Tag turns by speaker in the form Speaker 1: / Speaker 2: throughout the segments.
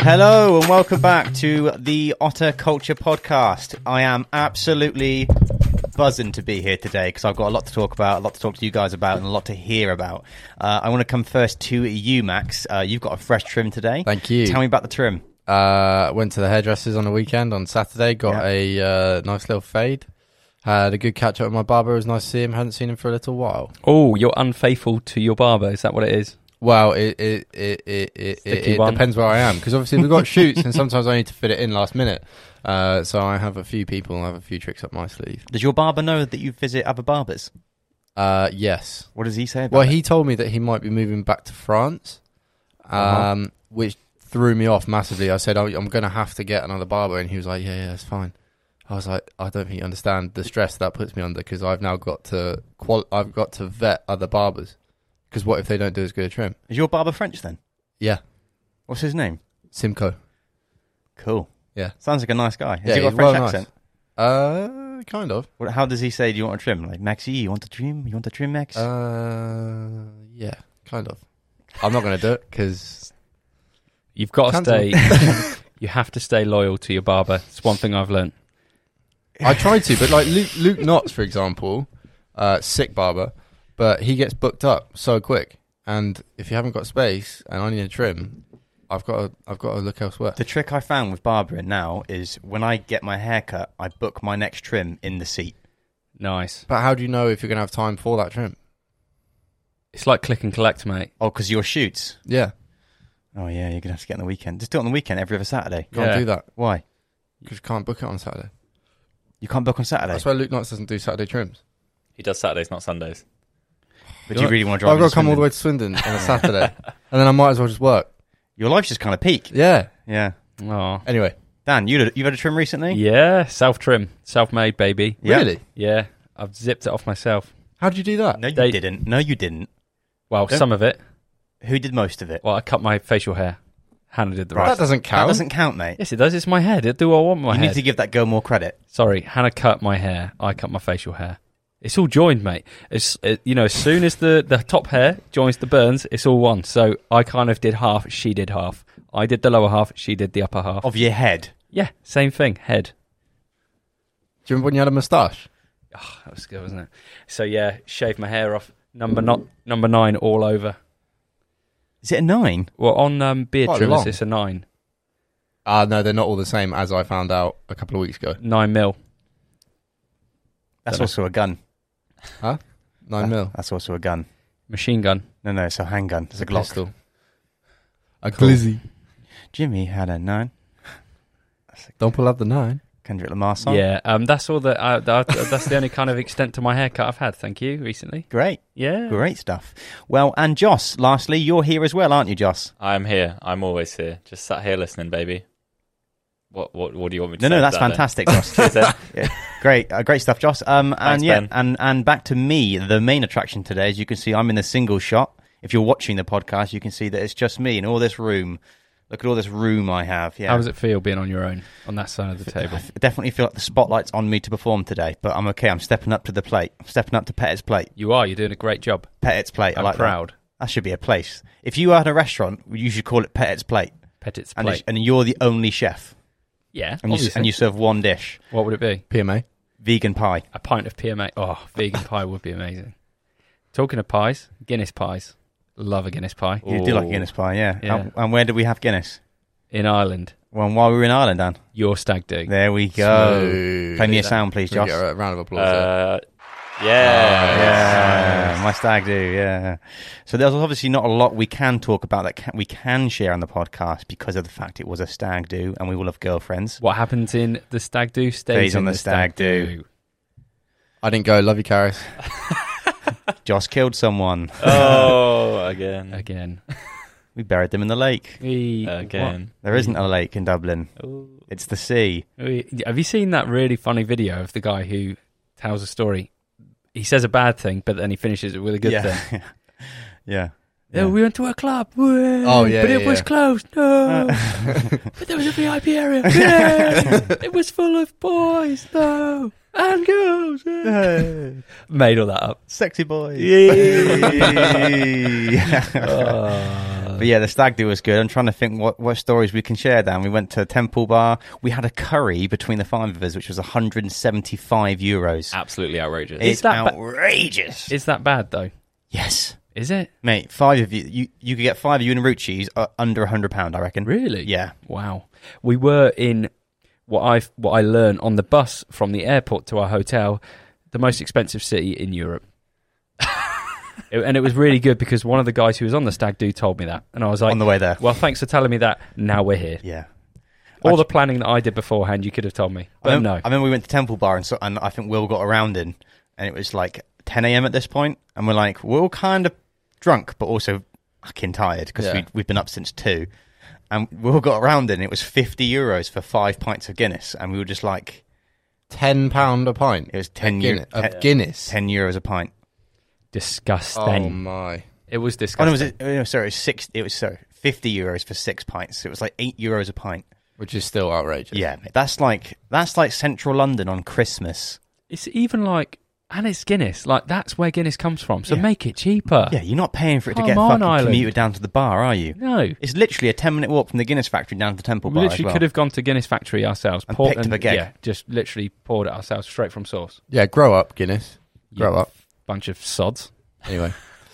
Speaker 1: Hello and welcome back to the Otter Culture Podcast. I am absolutely buzzing to be here today because I've got a lot to talk about, a lot to talk to you guys about, and a lot to hear about. Uh, I want to come first to you, Max. Uh, you've got a fresh trim today.
Speaker 2: Thank you.
Speaker 1: Tell me about the trim.
Speaker 2: Uh, went to the hairdressers on the weekend on Saturday. Got a uh, nice little fade. Had a good catch up with my barber. It was nice to see him. Hadn't seen him for a little while.
Speaker 3: Oh, you're unfaithful to your barber. Is that what it is?
Speaker 2: Well, it it it it, it, it,
Speaker 3: Sticky
Speaker 2: it
Speaker 3: one.
Speaker 2: depends where I am because obviously we've got shoots and sometimes I need to fit it in last minute. Uh, so I have a few people. I have a few tricks up my sleeve.
Speaker 1: Does your barber know that you visit other barbers?
Speaker 2: Uh, yes.
Speaker 1: What does he say about
Speaker 2: Well,
Speaker 1: it?
Speaker 2: he told me that he might be moving back to France, um,
Speaker 3: Uh-huh.
Speaker 2: which threw me off massively. I said, oh, I'm going to have to get another barber. And he was like, Yeah, yeah, it's fine. I was like, I don't think you understand the stress that puts me under because I've now got to qual- I've got to vet other barbers because what if they don't do as good a trim?
Speaker 1: Is your barber French then?
Speaker 2: Yeah,
Speaker 1: What's his name?
Speaker 2: Simcoe.
Speaker 1: Cool.
Speaker 2: Yeah.
Speaker 1: Sounds like a nice guy. Has
Speaker 2: yeah,
Speaker 1: he got
Speaker 2: he's
Speaker 1: a French
Speaker 2: well nice.
Speaker 1: accent?
Speaker 2: Uh, kind of.
Speaker 1: What, how does he say, do you want a trim? Like, Maxie, you want a trim? You want a trim, Max?
Speaker 2: Uh, yeah, kind of. I'm not going to do it because
Speaker 3: You've got to
Speaker 2: Cancel.
Speaker 3: stay. you have to stay loyal to your barber. It's one thing I've learned.
Speaker 2: I tried to, but like Luke, Luke Knotts, for example, uh, sick barber, but he gets booked up so quick. And if you haven't got space and I need a trim, I've got to, I've got to look elsewhere.
Speaker 1: The trick I found with barbering now is when I get my haircut, I book my next trim in the seat.
Speaker 3: Nice.
Speaker 2: But how do you know if you're going to have time for that trim?
Speaker 3: It's like click and collect, mate.
Speaker 1: Oh, because your shoots.
Speaker 2: Yeah,
Speaker 1: Oh yeah, you're gonna have to get on the weekend. Just do it on the weekend every other Saturday.
Speaker 2: can't
Speaker 3: Yeah.
Speaker 2: do that
Speaker 1: Why?
Speaker 2: because you can't book it on Saturday.
Speaker 1: You can't book on Saturday.
Speaker 2: That's why Luke Knotts doesn't do Saturday trims.
Speaker 4: He does Saturdays, not Sundays.
Speaker 1: But do you really want to drive?
Speaker 2: I've got to come all the way to Swindon on a Saturday, and then I might as well just work.
Speaker 1: Your life's just kind of peak.
Speaker 2: Yeah.
Speaker 1: Yeah.
Speaker 3: Oh.
Speaker 2: Anyway,
Speaker 1: Dan, you you've had a trim recently.
Speaker 3: Yeah, self trim, self made, baby.
Speaker 1: Yeah.
Speaker 2: really?
Speaker 3: Yeah, I've zipped it off myself.
Speaker 2: How did you do that?
Speaker 1: No, you
Speaker 3: They-
Speaker 1: didn't. No, you didn't.
Speaker 3: Well,
Speaker 1: Don't-
Speaker 3: some of it.
Speaker 1: Who did most of it?
Speaker 3: Well, I cut my facial hair. Hannah did the
Speaker 2: That
Speaker 3: rest.
Speaker 2: doesn't
Speaker 1: That
Speaker 2: count.
Speaker 1: doesn't count, mate.
Speaker 3: Yes, it does. It's my head. It do what I want with my
Speaker 1: you
Speaker 3: head.
Speaker 1: need to give that girl more credit.
Speaker 3: Sorry, Hannah cut my hair. I cut my facial hair. It's all joined, mate. It's uh you know, as soon as the the top hair joins the burns, it's all one. So I kind of did half. She did half. I did the lower half. She did the upper half.
Speaker 1: Of your head.
Speaker 3: Yeah, same thing. Head.
Speaker 2: Do you remember when you had a moustache?
Speaker 3: Ah, That was good, wasn't it? So yeah, shaved my hair off. Number not number nine all over.
Speaker 1: Is it a nine?
Speaker 3: Well, on um, beard
Speaker 2: Quite
Speaker 3: trimmers,
Speaker 2: long.
Speaker 3: it's a nine,
Speaker 2: Ah, no, they're not all the same, as I found out a couple of weeks ago.
Speaker 3: nine mil.
Speaker 1: That's
Speaker 3: Dunno.
Speaker 1: also a gun.
Speaker 2: Nine
Speaker 1: That-
Speaker 2: mil.
Speaker 1: That's also a gun.
Speaker 3: Machine gun.
Speaker 1: No, no, it's a handgun. It's a Glock.
Speaker 2: Pistol. A
Speaker 3: Cool.
Speaker 2: glizzy.
Speaker 1: Jimmy had a nine.
Speaker 2: Don't pull out the nine.
Speaker 1: Kendrick Lamar song.
Speaker 3: Yeah, um, that's all that. I, that that's the only kind of extent to my haircut I've had. Thank you. Recently.
Speaker 1: Great.
Speaker 3: Yeah.
Speaker 1: Great stuff. Well, and Joss, lastly, you're here as well, aren't you, Joss?
Speaker 4: I'm here. I'm always here. Just sat here listening, baby. What what what do you want me to
Speaker 1: No,
Speaker 4: say?
Speaker 1: no,
Speaker 4: to
Speaker 1: that's
Speaker 4: that
Speaker 1: fantastic, Joss.
Speaker 4: then? Cheers, then.
Speaker 1: great, uh, great stuff, Joss. Um, and
Speaker 4: Thanks,
Speaker 1: yeah,
Speaker 4: Ben.
Speaker 1: and and back to me, the main attraction today. As you can see, I'm in the single shot. If you're watching the podcast, you can see that it's just me in all this room. Look at all this room I have. Yeah,
Speaker 3: How does it feel being on your own on that side of the table?
Speaker 1: I definitely feel like the spotlight's on me to perform today, but I'm okay. I'm stepping up to the plate. I'm stepping up to Pettit's plate.
Speaker 3: You are. You're doing a great job.
Speaker 1: Pettit's plate. I
Speaker 3: I'm
Speaker 1: like that.
Speaker 3: proud.
Speaker 1: That. should be a place. If you had a restaurant, you should call it Pettit's plate,
Speaker 3: Pettit's
Speaker 1: and
Speaker 3: plate.
Speaker 1: and you're the only chef,
Speaker 3: yeah.
Speaker 1: and you,
Speaker 3: obviously.
Speaker 1: and you serve one dish.
Speaker 3: what would it be?
Speaker 2: PMA.
Speaker 1: vegan pie.
Speaker 3: A pint of PMA. Oh, vegan pie would be amazing. Talking of pies, Guinness pies. Love a Guinness pie
Speaker 1: You do like
Speaker 4: Ooh.
Speaker 1: Guinness pie, yeah.
Speaker 3: Yeah.
Speaker 1: And, and where do we have Guinness?
Speaker 3: in Ireland.
Speaker 1: Well, while we were in Ireland, Dan.
Speaker 3: Your stag do.
Speaker 1: There we go. Play me a
Speaker 2: Can
Speaker 1: sound, please,
Speaker 2: we
Speaker 1: Josh.
Speaker 2: get a round of applause. there?
Speaker 4: Uh, yeah.
Speaker 1: Yeah, my stag do. Yeah. So there's obviously not a lot we can talk about that can, we can share on the podcast because of the fact it was a stag do, and we all have girlfriends.
Speaker 3: What happens in the stag do stays,
Speaker 1: Stays on
Speaker 3: in
Speaker 1: the stag do.
Speaker 2: I didn't go. Love you, Karis.
Speaker 1: Joss killed someone.
Speaker 4: Oh,
Speaker 1: Mm.
Speaker 4: again.
Speaker 3: Again.
Speaker 1: We buried them in the lake.
Speaker 3: We-
Speaker 4: Again.
Speaker 1: There isn't a lake in Dublin.
Speaker 4: Ooh.
Speaker 1: It's the sea.
Speaker 3: what- we- Have you seen that really funny video of the guy who tells a story? He says a bad thing, but then he finishes it with a good
Speaker 1: yeah.
Speaker 3: thing.
Speaker 1: yeah.
Speaker 3: Yeah, we went to a club. Woo!
Speaker 2: Oh, yeah,
Speaker 3: but it
Speaker 2: yeah,
Speaker 3: was
Speaker 2: yeah.
Speaker 3: closed. No, but there was a VIP area. Yeah. it was full of boys though and girls. Yeah. Made all that up.
Speaker 1: Sexy boy.
Speaker 3: Yeah.
Speaker 1: Yeah.
Speaker 3: Oh,
Speaker 1: But yeah, the stag do was good. I'm trying to think what, what stories we can share. Dan, we went to a temple bar. We had a curry between the five of us, which was 175 euros.
Speaker 4: Absolutely outrageous.
Speaker 1: It's
Speaker 3: Ah. that ba-
Speaker 1: outrageous.
Speaker 3: Is that bad though?
Speaker 1: yes,
Speaker 3: Is it
Speaker 1: mate. Five of you, you, you could get five of you in Ruchis uh, under 100 pound, I reckon.
Speaker 3: really?
Speaker 1: Yeah.
Speaker 3: Wow. We were in what I what I learned on the bus from the airport to our hotel, the most expensive city in Europe. It- and it was really good because one of the guys who was on the stag do told me that, and I was like,
Speaker 1: On the way there.
Speaker 3: "Well, thanks for telling me that. Now we're here.
Speaker 1: Yeah.
Speaker 3: All the planning that I did beforehand, you could have told me,
Speaker 1: I
Speaker 3: but
Speaker 1: remember,
Speaker 3: no.
Speaker 1: I remember we went to Temple Bar and, so, and I think Will got around in, and it was like 10 a.m. at this point, and we're like, we're all kind of drunk, but also fucking tired because
Speaker 2: Yeah.
Speaker 1: we, we've been up since two. And we all got around in, and it was 50 euros for five pints of Guinness, and we were just like,
Speaker 2: Ten pound a pint.
Speaker 1: it was 10
Speaker 2: Guinness.
Speaker 1: euros.
Speaker 2: Of Guinness.
Speaker 1: 10 euros a pint.
Speaker 3: disgusting.
Speaker 2: Oh my.
Speaker 3: it was
Speaker 1: Um, Oh,
Speaker 3: disgusting.
Speaker 1: no, was it, oh, no, sorry, it was six, it was, sorry, 50 euros for six pints. It was like eight euros a pint.
Speaker 2: Which is still outrageous.
Speaker 1: Yeah, mate, that's like, that's like central London on Christmas.
Speaker 3: It's even like, and it's Guinness. Like that's where Guinness comes from. So
Speaker 1: Yeah.
Speaker 3: make it cheaper.
Speaker 1: Yeah, you're not paying for it
Speaker 3: Uh, Come
Speaker 1: to get
Speaker 3: on,
Speaker 1: fucking
Speaker 3: Ireland.
Speaker 1: commuted down to the bar, are you?
Speaker 3: No,
Speaker 1: It's literally a 10 minute walk from the Guinness factory down to the Temple
Speaker 3: we
Speaker 1: Bar. as
Speaker 3: literally
Speaker 1: well.
Speaker 3: could have gone to Guinness factory ourselves.
Speaker 1: And
Speaker 3: poured-
Speaker 1: picked up a keg.
Speaker 3: Yeah, just literally poured it ourselves straight from source.
Speaker 2: Yeah, grow up, Guinness. Grow
Speaker 3: You
Speaker 2: up.
Speaker 3: Bunch of sods,
Speaker 2: Anyway.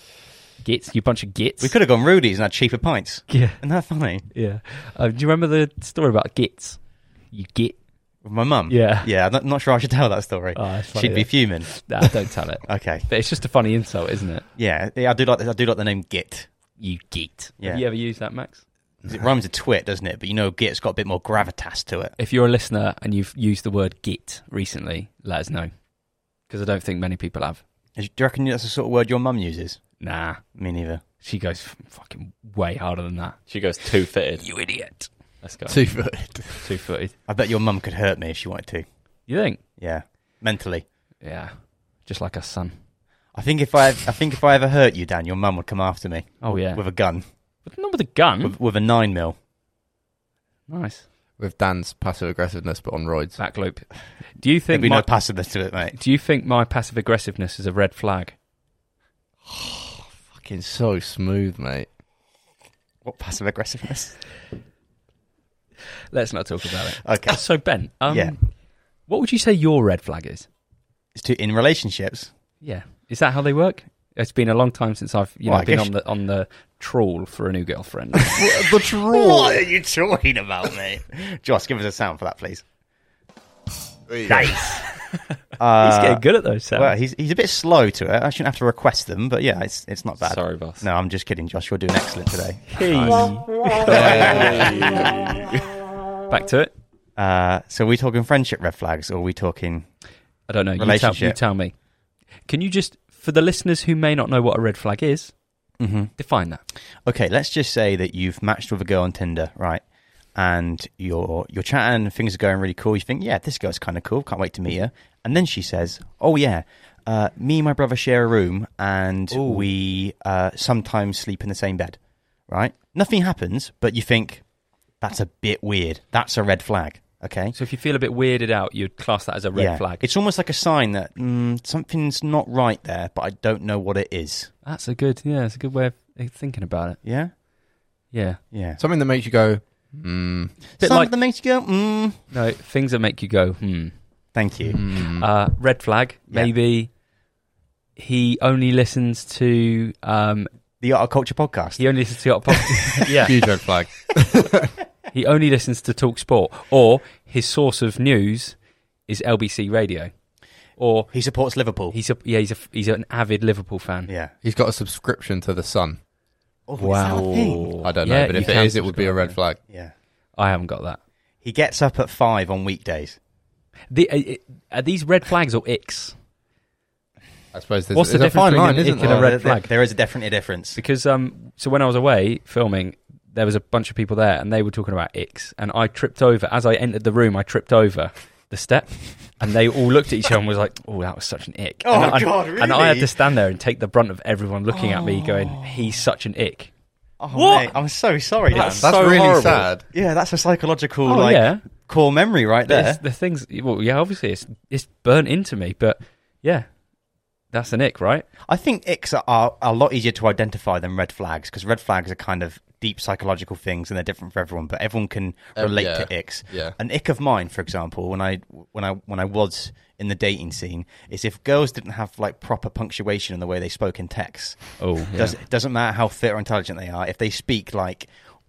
Speaker 3: gits. You bunch of gits.
Speaker 1: We could have gone Rudy's and had cheaper pints.
Speaker 3: Yeah,
Speaker 1: Isn't that funny?
Speaker 3: yeah. Uh, do you remember the story about gits? You git.
Speaker 1: With my mum.
Speaker 3: Yeah.
Speaker 1: Yeah, I'm not, not sure I should tell that story.
Speaker 3: Oh, that's funny,
Speaker 1: She'd be
Speaker 3: yeah.
Speaker 1: fuming.
Speaker 3: Nah, don't tell it.
Speaker 1: Okay.
Speaker 3: But it's just a funny insult, isn't it?
Speaker 1: Yeah, yeah, I do like the, I do like the name Git.
Speaker 3: You git.
Speaker 1: Yeah.
Speaker 3: Have you ever used that, Max?
Speaker 1: 'Cause It rhymes with twit, doesn't it? But you know, Git's got a bit more gravitas to it.
Speaker 3: If you're a listener and you've used the word git recently, let us know because I don't think many people have.
Speaker 1: Do you reckon that's the sort of word your mum uses?
Speaker 3: Nah,
Speaker 1: Me neither.
Speaker 3: she goes f- fucking way harder than that.
Speaker 4: She goes two footed.
Speaker 3: You idiot.
Speaker 4: Let's go.
Speaker 2: Two foot.
Speaker 3: Two footed.
Speaker 1: I bet your mum could hurt me if she wanted to.
Speaker 3: You think?
Speaker 1: Yeah, mentally.
Speaker 3: Yeah, just like a son.
Speaker 1: I think if I I think if I ever hurt you, Dan, your mum would come after me
Speaker 3: Oh yeah, Hmm?
Speaker 1: with a gun,
Speaker 3: but not with a gun.
Speaker 1: with, with a nine mil.
Speaker 3: nice
Speaker 2: With Dan's passive aggressiveness but on roids.
Speaker 3: back loop. Do you
Speaker 1: There'd
Speaker 3: think
Speaker 1: be
Speaker 3: my,
Speaker 1: no passiveness to it, mate.
Speaker 3: Do you think my passive aggressiveness is a red flag?
Speaker 2: Fucking so smooth, mate.
Speaker 1: What passive aggressiveness?
Speaker 3: Let's not talk about it.
Speaker 1: Okay.
Speaker 3: So Ben, um,
Speaker 1: Yeah.
Speaker 3: what would you say your red flag is?
Speaker 1: It's to in relationships.
Speaker 3: Yeah, is that how they work? It's been a long time since I've you
Speaker 1: Well,
Speaker 3: know
Speaker 1: I
Speaker 3: been
Speaker 1: guess-
Speaker 3: on the on the trawl for a new girlfriend.
Speaker 2: the troll.
Speaker 1: are you talking about, mate? Josh, give us a sound for that, please. Nice.
Speaker 3: He's getting good at those sounds.
Speaker 1: Well, he's he's a bit slow to it. I shouldn't have to request them, but yeah, it's it's not bad.
Speaker 4: Sorry, boss.
Speaker 1: No, I'm just kidding, Josh. You're doing excellent today.
Speaker 3: Back to it.
Speaker 1: Uh, so, are we talking friendship red flags, or are we talking?
Speaker 3: I don't know. You tell,
Speaker 1: Relationship.
Speaker 3: you tell me. Can you just, for the listeners who may not know what a red flag is,
Speaker 1: mm-hmm,
Speaker 3: define that?
Speaker 1: Okay, let's just say that you've matched with a girl on Tinder, right? And you're you're chatting, things are going really cool. You think, yeah, this girl's kind of cool. Can't wait to meet her. And then she says, oh yeah, uh, me and my brother share a room, and we uh, sometimes sleep in the same bed, right? Nothing happens, but you think that's a bit weird. That's a red flag. Okay,
Speaker 3: So if you feel a bit weirded out, you'd class that as a red
Speaker 1: yeah.
Speaker 3: flag.
Speaker 1: It's almost like a sign that mm, something's not right there, but I don't know what it is.
Speaker 3: that's a good, yeah, it's a good way of thinking about it.
Speaker 1: Yeah,
Speaker 3: Yeah.
Speaker 1: yeah.
Speaker 2: Something that makes you go, hmm.
Speaker 3: bit
Speaker 1: Something
Speaker 3: like-
Speaker 1: that makes you go, mm.
Speaker 3: No, things that make you go, hmm.
Speaker 1: Thank you.
Speaker 2: mm.
Speaker 3: Uh, red flag,
Speaker 1: Hmm. Yeah.
Speaker 3: maybe he only listens to, um,
Speaker 1: The Art of Culture podcast.
Speaker 3: he only listens to, yeah,
Speaker 2: Huge red flag.
Speaker 3: he only listens to Talk Sport, or his source of news is LBC Radio, or
Speaker 1: He supports Liverpool.
Speaker 3: He's a yeah. He's a he's an avid Liverpool fan.
Speaker 1: yeah.
Speaker 2: He's got a subscription to the Sun.
Speaker 1: Oh, is
Speaker 3: Wow.
Speaker 1: that a thing?
Speaker 2: I don't
Speaker 3: Yeah,
Speaker 2: know, but
Speaker 3: you
Speaker 2: if it
Speaker 3: can
Speaker 2: is, it would be a red flag.
Speaker 1: Yeah.
Speaker 3: I haven't got that.
Speaker 1: He gets up at five on weekdays.
Speaker 3: The, uh, uh, are these red flags or icks?
Speaker 2: I suppose there's,
Speaker 3: What's the
Speaker 2: there's a
Speaker 3: difference
Speaker 2: fine
Speaker 3: between
Speaker 2: line,
Speaker 3: an
Speaker 2: isn't
Speaker 3: ick and a
Speaker 2: there?
Speaker 3: red
Speaker 1: Oh, there-
Speaker 3: flag.
Speaker 1: there is definitely a difference.
Speaker 3: Because um, so when I was away filming, there was a bunch of people there, and they were talking about icks, and I tripped over as I entered the room. I tripped over the step, and they all looked at each other and was like, "Oh, that was such an ick."
Speaker 1: Oh,
Speaker 3: and I,
Speaker 1: God,
Speaker 3: And I had
Speaker 1: really?
Speaker 3: to stand there and take the brunt of everyone looking at me, going, "He's such an ick."
Speaker 1: Oh,
Speaker 3: What?
Speaker 1: mate, I'm so sorry, Dan.
Speaker 3: That's-
Speaker 2: That's
Speaker 3: So
Speaker 2: really
Speaker 3: horrible.
Speaker 2: sad.
Speaker 1: yeah, that's a psychological
Speaker 3: Oh,
Speaker 1: like
Speaker 3: yeah.
Speaker 1: core memory right
Speaker 3: But
Speaker 1: there.
Speaker 3: it's the things, well, yeah, obviously it's it's burnt into me, but yeah, that's an ick, right?
Speaker 1: I think icks are, are a lot easier to identify than red flags because red flags are kind of deep psychological things, and they're different for everyone. But everyone can
Speaker 3: Oh,
Speaker 1: relate
Speaker 2: yeah.
Speaker 1: to icks.
Speaker 2: Yeah.
Speaker 1: An ick of mine, for example, when I when I when I was in the dating scene, is if girls didn't have like proper punctuation in the way they spoke in text.
Speaker 3: Oh,
Speaker 1: Does, it doesn't matter how fit or intelligent they are. If they speak like,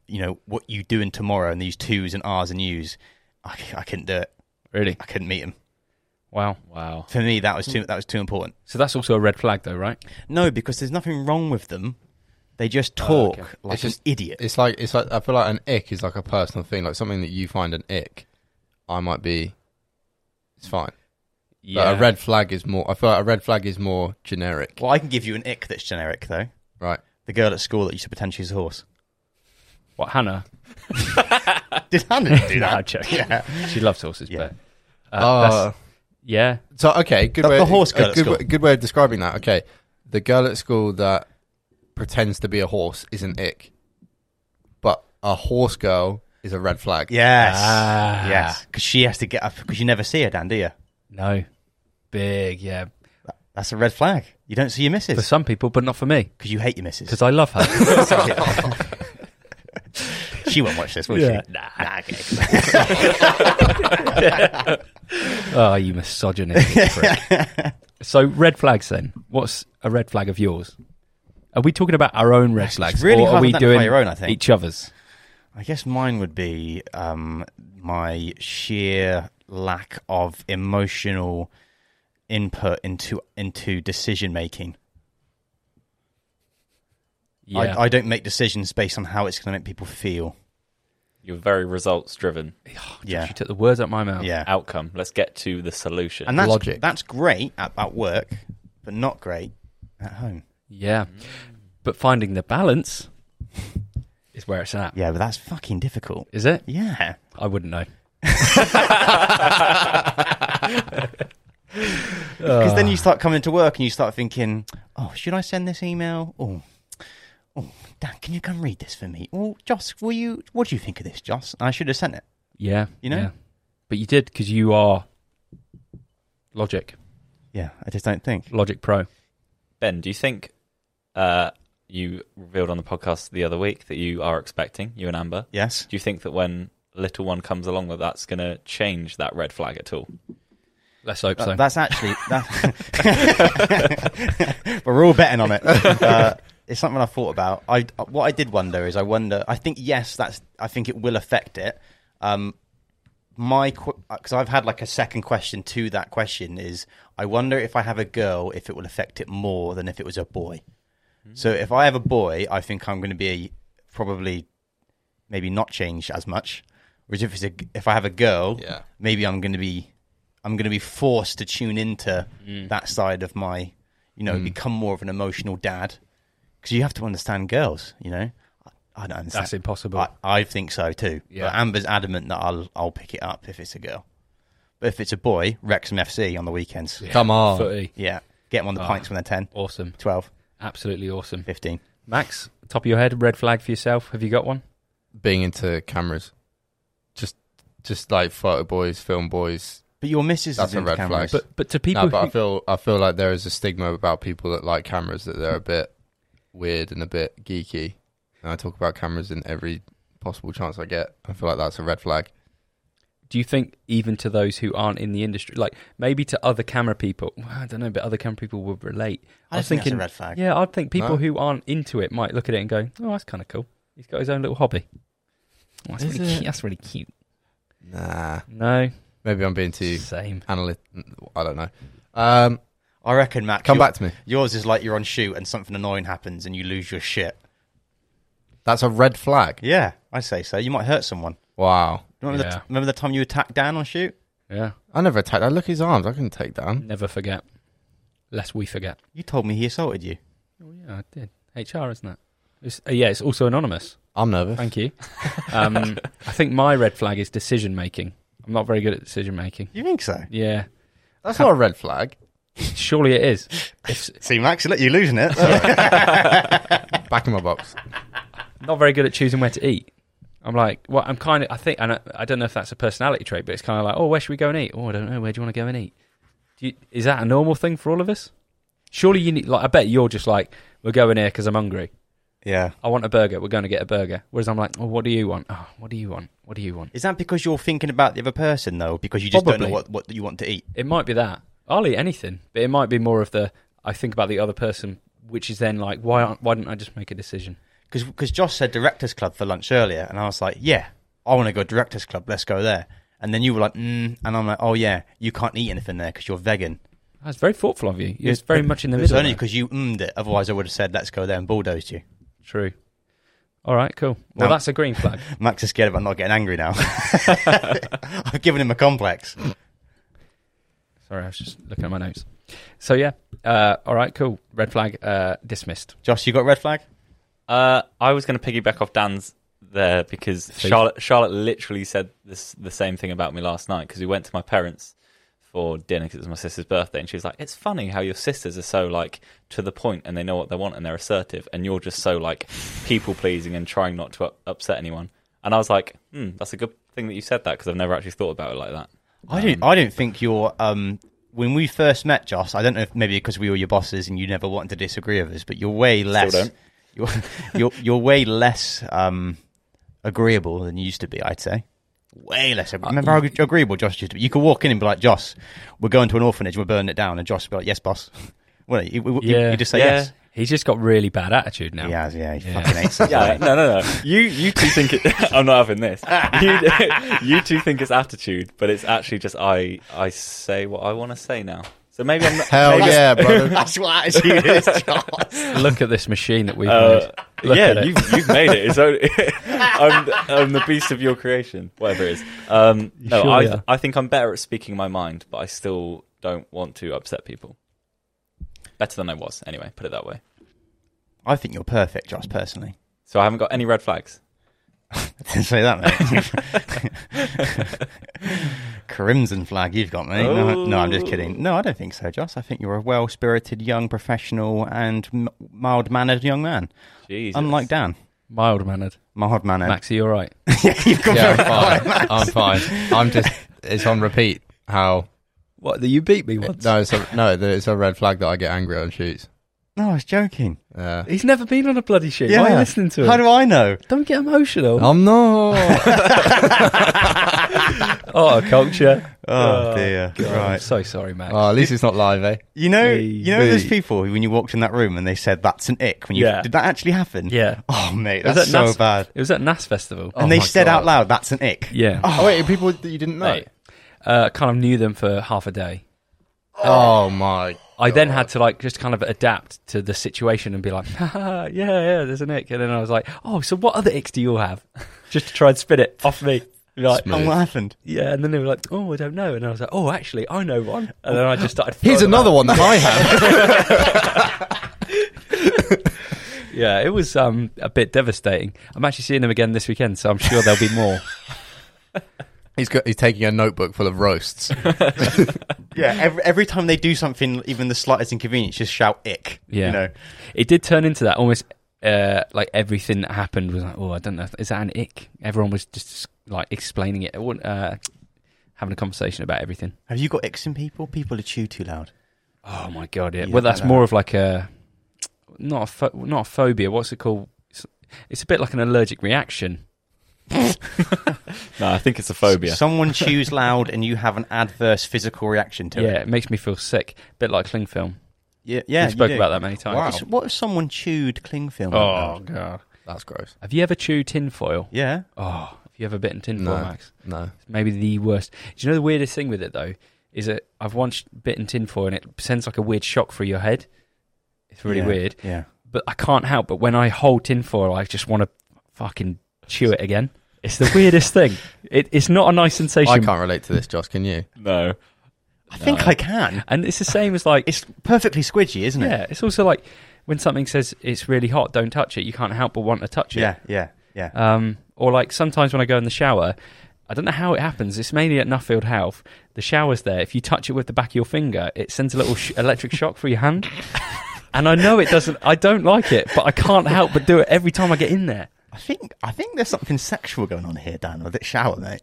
Speaker 1: you know, what you doing tomorrow and these twos and R's and U's, I, c- I couldn't do it.
Speaker 3: really?
Speaker 1: I couldn't meet them.
Speaker 3: Wow.
Speaker 4: Wow.
Speaker 1: For me, that was too that was too important.
Speaker 3: So that's also a red flag, though, right?
Speaker 1: No, because there's nothing wrong with them. They just talk
Speaker 2: okay.
Speaker 1: like
Speaker 2: It's just-
Speaker 1: an idiot.
Speaker 2: It's like it's like I feel like an ick is like a personal thing, like something that you find an ick. I might be. It's fine. But a red flag is more. I feel like a red flag is more generic,
Speaker 1: Well, I can give you an ick that's generic though.
Speaker 2: right?
Speaker 1: The girl at school that used to pretend she's a horse.
Speaker 3: What Hannah?
Speaker 1: Did Hannah do
Speaker 3: Nah,
Speaker 1: that?
Speaker 3: I'm joking.
Speaker 1: yeah.
Speaker 3: She loves horses,
Speaker 1: Yeah. Oh.
Speaker 3: but uh, that's- yeah,
Speaker 2: Ah. So okay, good
Speaker 1: The-
Speaker 2: way.
Speaker 1: the horse girl
Speaker 2: a
Speaker 1: at
Speaker 2: good,
Speaker 1: school.
Speaker 2: way- good way of describing that. Okay, the girl at school that pretends to be a horse is an ick, but a horse girl is a red flag.
Speaker 1: Yes.
Speaker 3: Ah.
Speaker 1: Yes. Because she has to get up because you never see her, Dan, do you?
Speaker 3: no, big, yeah,
Speaker 1: That's a red flag. You don't see your
Speaker 3: for
Speaker 1: missus
Speaker 3: some people, but not for me
Speaker 1: because you hate your missus.
Speaker 3: because I love her.
Speaker 1: she won't watch this, will
Speaker 3: Yeah.
Speaker 1: she? Nah. nah okay.
Speaker 3: oh, you misogynistic prick. So red flags then. What's a red flag of yours? Are we talking about our own red flags,
Speaker 1: really
Speaker 3: or are
Speaker 1: hard
Speaker 3: we
Speaker 1: to identify
Speaker 3: doing
Speaker 1: your own, I think.
Speaker 3: each other's?
Speaker 1: I guess mine would be um, my sheer lack of emotional input into into decision making.
Speaker 3: Yeah,
Speaker 1: I, I don't make decisions based on how it's going to make people feel.
Speaker 4: You're very results driven.
Speaker 1: yeah,
Speaker 3: she took the words out of my mouth.
Speaker 1: yeah,
Speaker 4: Outcome. Let's get to the solution.
Speaker 1: and that's
Speaker 2: Logic.
Speaker 1: that's great at, at work, but not great at home.
Speaker 3: yeah. But finding the balance is where it's at.
Speaker 1: Yeah, but that's fucking difficult.
Speaker 3: Is it?
Speaker 1: Yeah,
Speaker 3: I wouldn't know.
Speaker 1: because then you start coming to work and you start thinking, oh, should I send this email? Oh, oh, Dan, can you come read this for me? Oh, Joss, will you? What do you think of this, Joss? I should have sent it.
Speaker 3: Yeah,
Speaker 1: You know?
Speaker 3: yeah. but you did because you are logic,
Speaker 1: Yeah, I just don't think.
Speaker 3: logic pro.
Speaker 4: ben, do you think uh, you revealed on the podcast the other week that you are expecting, you and Amber?
Speaker 1: Yes.
Speaker 4: Do you think that when little one comes along that that's going to change that red flag at all?
Speaker 3: Let's hope so.
Speaker 1: That- that's actually that. We're all betting on it. Uh, it's something I thought about. I uh, what I did wonder is I wonder. I think yes, that's. I think it will affect it. Um, my because I've had like a second question to that question is I wonder if I have a girl if it will affect it more than if it was a boy.
Speaker 3: Hmm.
Speaker 1: So if I have a boy, I think I'm going to be probably maybe not change as much. Whereas if it's a, if I have a girl,
Speaker 2: Yeah.
Speaker 1: maybe I'm going to be I'm going to be forced to tune into
Speaker 3: Mm.
Speaker 1: that side of my, you
Speaker 2: Hmm.
Speaker 1: know, become more of an emotional dad because you have to understand girls. You know, I, I don't understand.
Speaker 3: That's impossible.
Speaker 1: I, I think so too.
Speaker 3: Yeah.
Speaker 1: But Amber's adamant that I'll I'll pick it up if it's a girl. But if it's a boy, Wrexham FC on the weekends. Yeah.
Speaker 2: Come on.
Speaker 3: Footy.
Speaker 1: Get them on the
Speaker 2: Ah.
Speaker 1: pints when they're 10,
Speaker 3: Awesome.
Speaker 1: 12,
Speaker 3: Absolutely awesome.
Speaker 1: 15.
Speaker 3: Max, top of your head, red flag for yourself. Have you got one?
Speaker 2: Being into cameras, just just like photo boys, film boys.
Speaker 1: But your missus
Speaker 2: That's
Speaker 1: is
Speaker 2: a
Speaker 1: into
Speaker 2: red
Speaker 1: cameras.
Speaker 2: flag.
Speaker 3: But but to people
Speaker 2: no, but I
Speaker 3: who,
Speaker 2: feel I feel like there is a stigma about people that like cameras that they're a bit weird and a bit geeky. And I talk about cameras in every possible chance I get. I feel like that's a red flag.
Speaker 3: do you think even to those who aren't in the industry, like maybe to other camera people, well, I don't know, but other camera people would relate.
Speaker 1: I
Speaker 3: was
Speaker 1: think that's a
Speaker 3: thinking-
Speaker 1: red flag.
Speaker 3: Yeah, I'd think people
Speaker 2: No?
Speaker 3: who aren't into it might look at it and go, "Oh, that's kind of cool. He's got his own little hobby. Oh, that's,
Speaker 2: Is
Speaker 3: really
Speaker 2: it?
Speaker 3: cute. that's really cute."
Speaker 2: Nah,
Speaker 3: No,
Speaker 2: maybe I'm being too
Speaker 3: same.
Speaker 2: analytic. I don't know. Um,
Speaker 1: I reckon, Matt.
Speaker 2: come
Speaker 1: your-
Speaker 2: back to me.
Speaker 1: Yours is like you're on shoot and something annoying happens and you lose your shit.
Speaker 2: That's a red flag.
Speaker 1: Yeah, I say so. You might hurt someone.
Speaker 2: Wow.
Speaker 1: Remember,
Speaker 3: Yeah.
Speaker 1: the, remember the time you attacked Dan on shoot?
Speaker 3: Yeah,
Speaker 2: I never attacked. I look at his arms. I couldn't take down.
Speaker 3: never forget, lest we forget.
Speaker 1: You told me he assaulted you.
Speaker 3: Oh yeah, I did. HR, isn't it? It's, uh, yeah, it's also anonymous.
Speaker 2: I'm nervous.
Speaker 3: Thank you. Um, I think my red flag is decision making. I'm not very good at decision making.
Speaker 1: You think so?
Speaker 3: Yeah,
Speaker 2: That's not a red flag.
Speaker 3: surely it is. If,
Speaker 1: See, Max, look, you're losing it.
Speaker 2: Back in my box.
Speaker 3: not very good at choosing where to eat. I'm like, well, I'm kind of, I think, and I, I don't know if that's a personality trait, but it's kind of like, oh, where should we go and eat? Oh, I don't know, where do you want to go and eat? Do you, is that a normal thing for all of us? Surely you need, like, I bet you're just like, we're going here because I'm hungry.
Speaker 1: Yeah.
Speaker 3: I want a burger. We're going to get a burger. Whereas I'm like, oh, what do you want? Oh, what do you want? What do you want?
Speaker 1: Is that because you're thinking about the other person though? Because you just don't know
Speaker 3: Probably.
Speaker 1: what, what you want to eat.
Speaker 3: It might be that. I'll eat anything, but it might be more of the I think about the other person, which is then like, why aren't, why didn't I just make a decision?
Speaker 1: Because Josh said Directors Club for lunch earlier, and I was like, yeah, I want to go Directors Club. Let's go there. And then you were like, mm, and I'm like, oh yeah, you can't eat anything there because you're vegan.
Speaker 3: That's very thoughtful of you. You're very much in the
Speaker 1: It's
Speaker 3: middle.
Speaker 1: only
Speaker 3: there.
Speaker 1: because you ummed it. Otherwise, I would have said, let's go there and bulldozed you.
Speaker 3: True. All right, cool. Well,
Speaker 1: No.
Speaker 3: that's a green flag.
Speaker 1: Max is scared about not getting angry now. I've given him a complex.
Speaker 3: Sorry, I was just looking at my notes. So yeah, uh, all right, cool. Red flag uh, dismissed.
Speaker 1: Josh, you got red flag?
Speaker 4: Uh, I was going to piggyback off Dan's there because
Speaker 3: See?
Speaker 4: Charlotte Charlotte literally said this the same thing about me last night because we went to my parents for dinner because it was my sister's birthday and she was like, "It's funny how your sisters are so like to the point and they know what they want and they're assertive and you're just so like people pleasing and trying not to u- upset anyone." And I was like, "Hmm, that's a good thing that you said that because I've never actually thought about it like that."
Speaker 1: I don't. I don't think you're. Um, when we first met, Josh, I don't know if maybe because we were your bosses and you never wanted to disagree with us, but you're way less.
Speaker 4: don't.
Speaker 1: You're, you're you're way less um, agreeable than you used to be. I'd say. Way less. Agree- Remember how agreeable Josh used to be. You could walk in and be like, "Josh, we're going to an orphanage. We're burning it down," and Josh would be like, "Yes, boss." Well, you, you-
Speaker 3: Yeah.
Speaker 1: you just say
Speaker 4: Yeah.
Speaker 1: yes.
Speaker 3: He's just got really bad attitude now.
Speaker 1: He has, yeah. He
Speaker 3: Yeah.
Speaker 1: fucking hates it.
Speaker 4: Yeah, no, no, no. You you two think it, I'm not having this. You, you two think it's attitude, but it's actually just I I say what I want to say now. So maybe I'm not,
Speaker 2: Hell
Speaker 4: maybe-
Speaker 2: yeah, brother.
Speaker 1: That's what attitude is, Josh.
Speaker 3: Look at this machine that we've
Speaker 4: Uh,
Speaker 3: made. Look at
Speaker 4: yeah,
Speaker 3: it.
Speaker 4: you've, you've made it. It's only, I'm, the- I'm the beast of your creation, whatever it is. Um, no,
Speaker 3: sure
Speaker 4: I
Speaker 3: you are.
Speaker 4: I think I'm better at speaking my mind, but I still don't want to upset people. Better than I was, anyway. Put it that way.
Speaker 1: I think you're perfect, Josh. Personally,
Speaker 4: So I haven't got any red flags.
Speaker 1: Didn't say that, mate. Crimson flag you've got, mate. No, no, I'm just kidding. No, I don't think so, Joss. I think you're a well spirited, young professional, and m- mild mannered young man.
Speaker 4: Jeez,
Speaker 1: Unlike Dan.
Speaker 3: Mild mannered.
Speaker 1: Mild mannered.
Speaker 3: Max, are you all right?
Speaker 1: you've got
Speaker 2: Yeah,
Speaker 1: very mild.
Speaker 2: I'm fine. I'm fine. I'm just. It's on repeat. How?
Speaker 3: What? You beat me
Speaker 2: No, it's a, no. It's a red flag that I get angry on shoots. Uh,
Speaker 1: No, I was joking.
Speaker 2: Yeah.
Speaker 3: He's never been on a bloody shoot. Why are you
Speaker 1: Yeah.
Speaker 3: listening to him?
Speaker 1: How do I know?
Speaker 3: Don't get emotional.
Speaker 2: I'm not.
Speaker 3: Oh, culture.
Speaker 1: Oh, dear.
Speaker 3: I'm
Speaker 1: Right.
Speaker 3: so sorry, Max.
Speaker 2: oh, at least it's not live, eh?
Speaker 1: You know, you know, those
Speaker 2: Maybe.
Speaker 1: people who, when you walked in that room and they said, "That's an ick." When you
Speaker 3: Yeah.
Speaker 1: did that actually happen?
Speaker 3: yeah.
Speaker 1: Oh, mate,
Speaker 3: It was
Speaker 1: that's
Speaker 3: at
Speaker 1: so
Speaker 3: NAS
Speaker 1: bad.
Speaker 3: It was at NAS Festival.
Speaker 1: And
Speaker 2: Oh
Speaker 1: they
Speaker 2: my
Speaker 1: said
Speaker 2: God.
Speaker 1: out loud, "That's an ick."
Speaker 3: Yeah.
Speaker 2: Oh wait, people that you didn't know.
Speaker 3: Mate. Uh, kind of knew them for half a day.
Speaker 2: Oh my.
Speaker 3: I then had to like just kind of adapt to the situation and be like, Haha, yeah, yeah, there's an ick. And then I was like, oh, so what other icks do you all have? Just to try and spin it off me. Be Like,
Speaker 1: And what happened?
Speaker 3: yeah, and then they were like, oh, I don't know. And I was like, oh, actually, I know one. And then I just started.
Speaker 2: Here's
Speaker 3: throwing them
Speaker 2: another
Speaker 3: out.
Speaker 2: one that I have.
Speaker 3: Yeah, it was um, a bit devastating. I'm actually seeing them again this weekend, so I'm sure there'll be more.
Speaker 2: he's got. He's taking a notebook full of roasts.
Speaker 1: Yeah, every, every time they do something, even the slightest inconvenience, just shout ick.
Speaker 3: Yeah.
Speaker 1: You know?
Speaker 3: It did turn into that almost uh, like everything that happened was like, oh, I don't know, is that an ick? Everyone was just like explaining it, It wasn't, uh, having a conversation about everything.
Speaker 1: Have you got icks in people? People who chew too loud.
Speaker 3: Oh my god, yeah.
Speaker 1: Yeah,
Speaker 3: well, that's
Speaker 1: like
Speaker 3: more of like a not a pho- not a phobia. What's it called? It's, it's a bit like an allergic reaction.
Speaker 4: no, I think it's a phobia.
Speaker 1: Someone chews loud and you have an adverse physical reaction to
Speaker 3: yeah,
Speaker 1: it.
Speaker 3: it makes me feel sick. bit like cling film.
Speaker 1: Yeah. Yeah.
Speaker 3: we spoke about that many times.
Speaker 1: It's- What if someone chewed cling film?
Speaker 3: Oh
Speaker 1: out?
Speaker 3: god.
Speaker 2: That's gross.
Speaker 3: Have you ever chewed tinfoil?
Speaker 1: Yeah.
Speaker 3: Oh, have you ever bitten tinfoil,
Speaker 2: No.
Speaker 3: Max?
Speaker 2: No.
Speaker 3: maybe the worst. Do you know the weirdest thing with it though is that I've once bitten tinfoil and it sends like a weird shock through your head. It's really
Speaker 1: Yeah.
Speaker 3: weird,
Speaker 1: Yeah.
Speaker 3: but I can't help. But when I hold tinfoil, I just want to fucking chew it again. It's the weirdest thing. It, it's not a nice sensation.
Speaker 2: I can't relate to this, Josh. Can you?
Speaker 4: No,
Speaker 1: I think I can.
Speaker 3: And it's the same as like
Speaker 1: It's perfectly squidgy, isn't it?
Speaker 3: yeah. It's also like when something says it's really hot, don't touch it. You can't help but want to touch it.
Speaker 1: Yeah. Yeah. Yeah.
Speaker 3: Um, or like sometimes when I go in the shower, I don't know how it happens. It's mainly at Nuffield Health. The shower's there. If you touch it with the back of your finger, it sends a little sh- electric shock through your hand. And I know it doesn't. I don't like it, but I can't help but do it every time I get in there.
Speaker 1: I think I think there's something sexual going on here, Dan, with that shower, mate.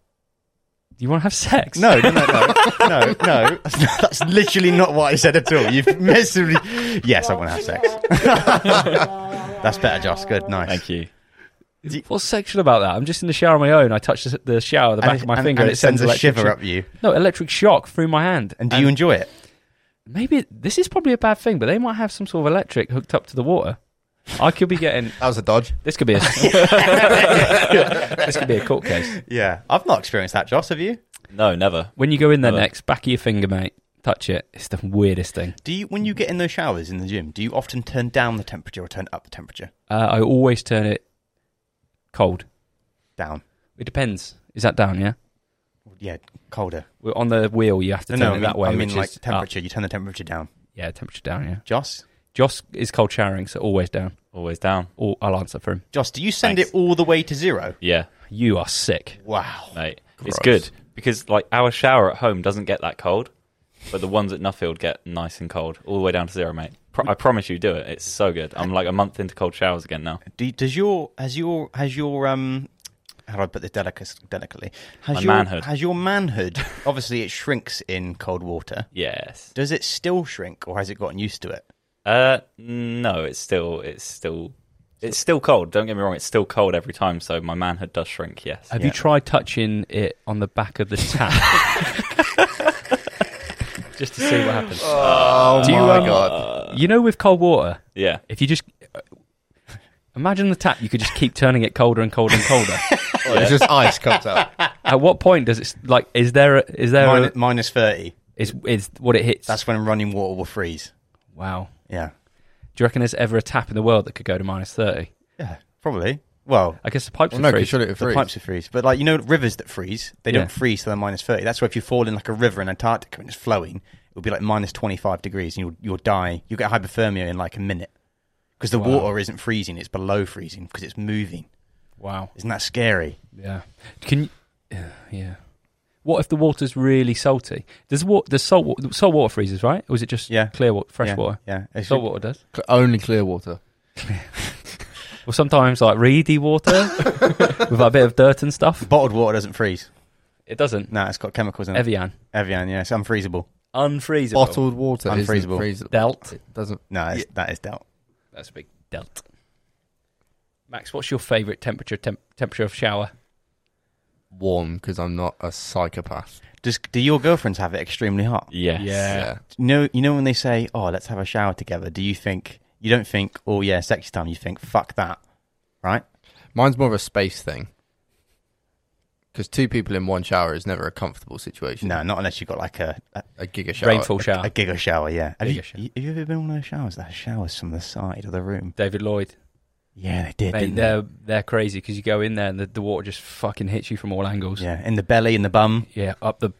Speaker 3: You want to have sex?
Speaker 1: No, no, no, no, no, no. That's literally not what I said at all. You've miserably. Yes, I want to have sex. That's better, Josh. Good, nice.
Speaker 4: Thank you.
Speaker 3: What's sexual about that? I'm just in the shower on my own. I touch the, the shower, the back
Speaker 1: And,
Speaker 3: of my
Speaker 1: and-
Speaker 3: finger,
Speaker 1: and it sends a
Speaker 3: electric
Speaker 1: shiver
Speaker 3: sho-
Speaker 1: up you.
Speaker 3: No, electric shock through my hand.
Speaker 1: And do you enjoy it?
Speaker 3: Maybe this is probably a bad thing, but they might have some sort of electric hooked up to the water. I could be getting
Speaker 2: That was a dodge.
Speaker 3: this. Could be a this could be a court case.
Speaker 1: Yeah, I've not experienced that, Josh. Have you?
Speaker 4: No, never.
Speaker 3: When you go in there
Speaker 4: Never.
Speaker 3: next, back of your finger, mate. Touch it. It's the weirdest thing.
Speaker 1: Do you when you get in those showers in the gym? Do you often turn down the temperature or turn up the temperature?
Speaker 3: Uh, I always turn it cold.
Speaker 1: Down.
Speaker 3: It depends. Is that down? Yeah.
Speaker 1: Yeah, colder.
Speaker 3: Well, On the wheel, you have to turn
Speaker 1: no,
Speaker 3: it
Speaker 1: I mean,
Speaker 3: that way.
Speaker 1: I mean
Speaker 3: which
Speaker 1: like
Speaker 3: is uh, up.
Speaker 1: temperature. You turn the temperature down.
Speaker 3: Yeah, temperature down. Yeah.
Speaker 1: Josh,
Speaker 3: Joss is cold showering, so always down.
Speaker 4: Always down.
Speaker 3: Or I'll answer for him.
Speaker 1: Josh, do you send
Speaker 4: Thanks.
Speaker 1: it all the way to zero?
Speaker 4: Yeah,
Speaker 3: You are sick.
Speaker 1: Wow.
Speaker 4: mate.
Speaker 2: Gross.
Speaker 4: It's good because like our shower at home doesn't get that cold, but the ones at Nuffield get nice and cold all the way down to zero, mate. Pro- I promise you, do it. It's so good. I'm like a month into cold showers again now.
Speaker 1: Do, does your has your has your um how do I put this delic- delicately? Has
Speaker 4: My
Speaker 1: your
Speaker 4: manhood.
Speaker 1: has your manhood? obviously, it shrinks in cold water.
Speaker 4: Yes.
Speaker 1: Does it still shrink, or has it gotten used to it?
Speaker 4: Uh, no, it's still it's still it's still cold. Don't get me wrong, it's still cold every time. So my manhood does shrink. Yes.
Speaker 3: Have
Speaker 1: Yeah.
Speaker 3: you tried touching it on the back of the tap? just to see what happens.
Speaker 2: Oh
Speaker 3: Do you,
Speaker 2: my
Speaker 3: um,
Speaker 2: god.
Speaker 3: You know, with cold water,
Speaker 4: Yeah.
Speaker 3: if you just uh, imagine the tap, you could just keep turning it colder and colder and colder.
Speaker 2: It's just ice comes out.
Speaker 3: At what point does it s- like? Is there? A, is there?
Speaker 1: Minus,
Speaker 3: A,
Speaker 1: minus thirty.
Speaker 3: is is what it hits?
Speaker 1: That's when running water will freeze.
Speaker 3: wow.
Speaker 1: Yeah.
Speaker 3: Do you reckon there's ever a tap in the world that could go to minus thirty?
Speaker 1: Yeah. Probably. Well,
Speaker 3: I guess the pipes
Speaker 2: Well,
Speaker 3: would
Speaker 2: no, 'cause
Speaker 3: freeze.
Speaker 2: surely it
Speaker 1: the
Speaker 2: freeze.
Speaker 1: pipes would freeze, but like you know, rivers that freeze, they
Speaker 3: Yeah.
Speaker 1: don't freeze till they're minus thirty. That's why if you fall in like a river in Antarctica and it's flowing, it would be like minus twenty five degrees, and you'll you'll die. You will get hypothermia in like a minute because the
Speaker 3: Wow.
Speaker 1: water isn't freezing; it's below freezing because it's moving.
Speaker 3: Wow.
Speaker 1: Isn't that scary?
Speaker 3: Yeah. Can you, yeah. What if the water's really salty? Does wa- does salt wa- salt water freezes right, or is it just
Speaker 1: Yeah.
Speaker 3: clear water, fresh
Speaker 1: Yeah,
Speaker 3: water?
Speaker 1: Yeah. It's-
Speaker 3: Salt water does.
Speaker 2: Cl- Only clear water.
Speaker 3: Well, sometimes like reedy water with a bit of dirt and stuff.
Speaker 1: Bottled water doesn't freeze.
Speaker 3: It doesn't.
Speaker 1: No, it's got chemicals in it.
Speaker 3: Evian
Speaker 1: Evian, yeah, it's unfreezable.
Speaker 3: unfreezable.
Speaker 2: Bottled water. isn't
Speaker 1: Unfreezable.
Speaker 2: freezable.
Speaker 3: Delt.
Speaker 2: It doesn't.
Speaker 1: No, it's, that is doubt.
Speaker 3: That's a big delt. Max, what's your favourite temperature temp- temperature of shower?
Speaker 2: Warm because I'm not a psychopath.
Speaker 1: Does do your girlfriends have it extremely hot?
Speaker 4: Yes.
Speaker 3: Yeah.
Speaker 1: You know, you know when they say, "Oh, let's have a shower together." Do you think you don't think, "Oh yeah, sexy time"? You think, "Fuck that," right?
Speaker 2: Mine's more of a space thing. Because two people in one shower is never a comfortable situation.
Speaker 1: No, not unless you've got like a a,
Speaker 2: A giga shower.
Speaker 3: Rainfall shower.
Speaker 1: a giggle Ah. shower. Yeah, have you,
Speaker 3: Giga shower.
Speaker 1: you- have you ever been in one of those showers that has showers from the side of the room?
Speaker 3: David Lloyd.
Speaker 1: Yeah, they did.
Speaker 3: Mate,
Speaker 1: didn't
Speaker 3: they're they're crazy because you go in there and the, the water just fucking hits you from all angles.
Speaker 1: they? Yeah, in the belly, in the bum,
Speaker 3: yeah up the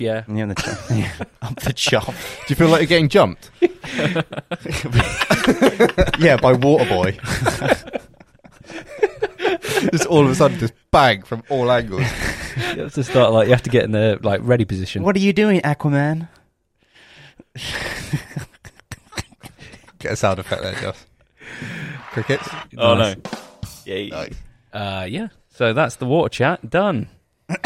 Speaker 3: Yeah.
Speaker 1: yeah, in the chop, yeah, up the chop.
Speaker 2: Do you feel like you're getting jumped?
Speaker 1: yeah, by Waterboy.
Speaker 2: just all of a sudden, just bang from all angles.
Speaker 3: You have to start like you have to get in the like ready position.
Speaker 1: what are you doing, Aquaman?
Speaker 2: Get a sound effect there, Josh. Crickets.
Speaker 4: Oh
Speaker 3: Nice.
Speaker 4: no. Yeah.
Speaker 2: Nice.
Speaker 3: Uh, yeah. So that's the water chat done.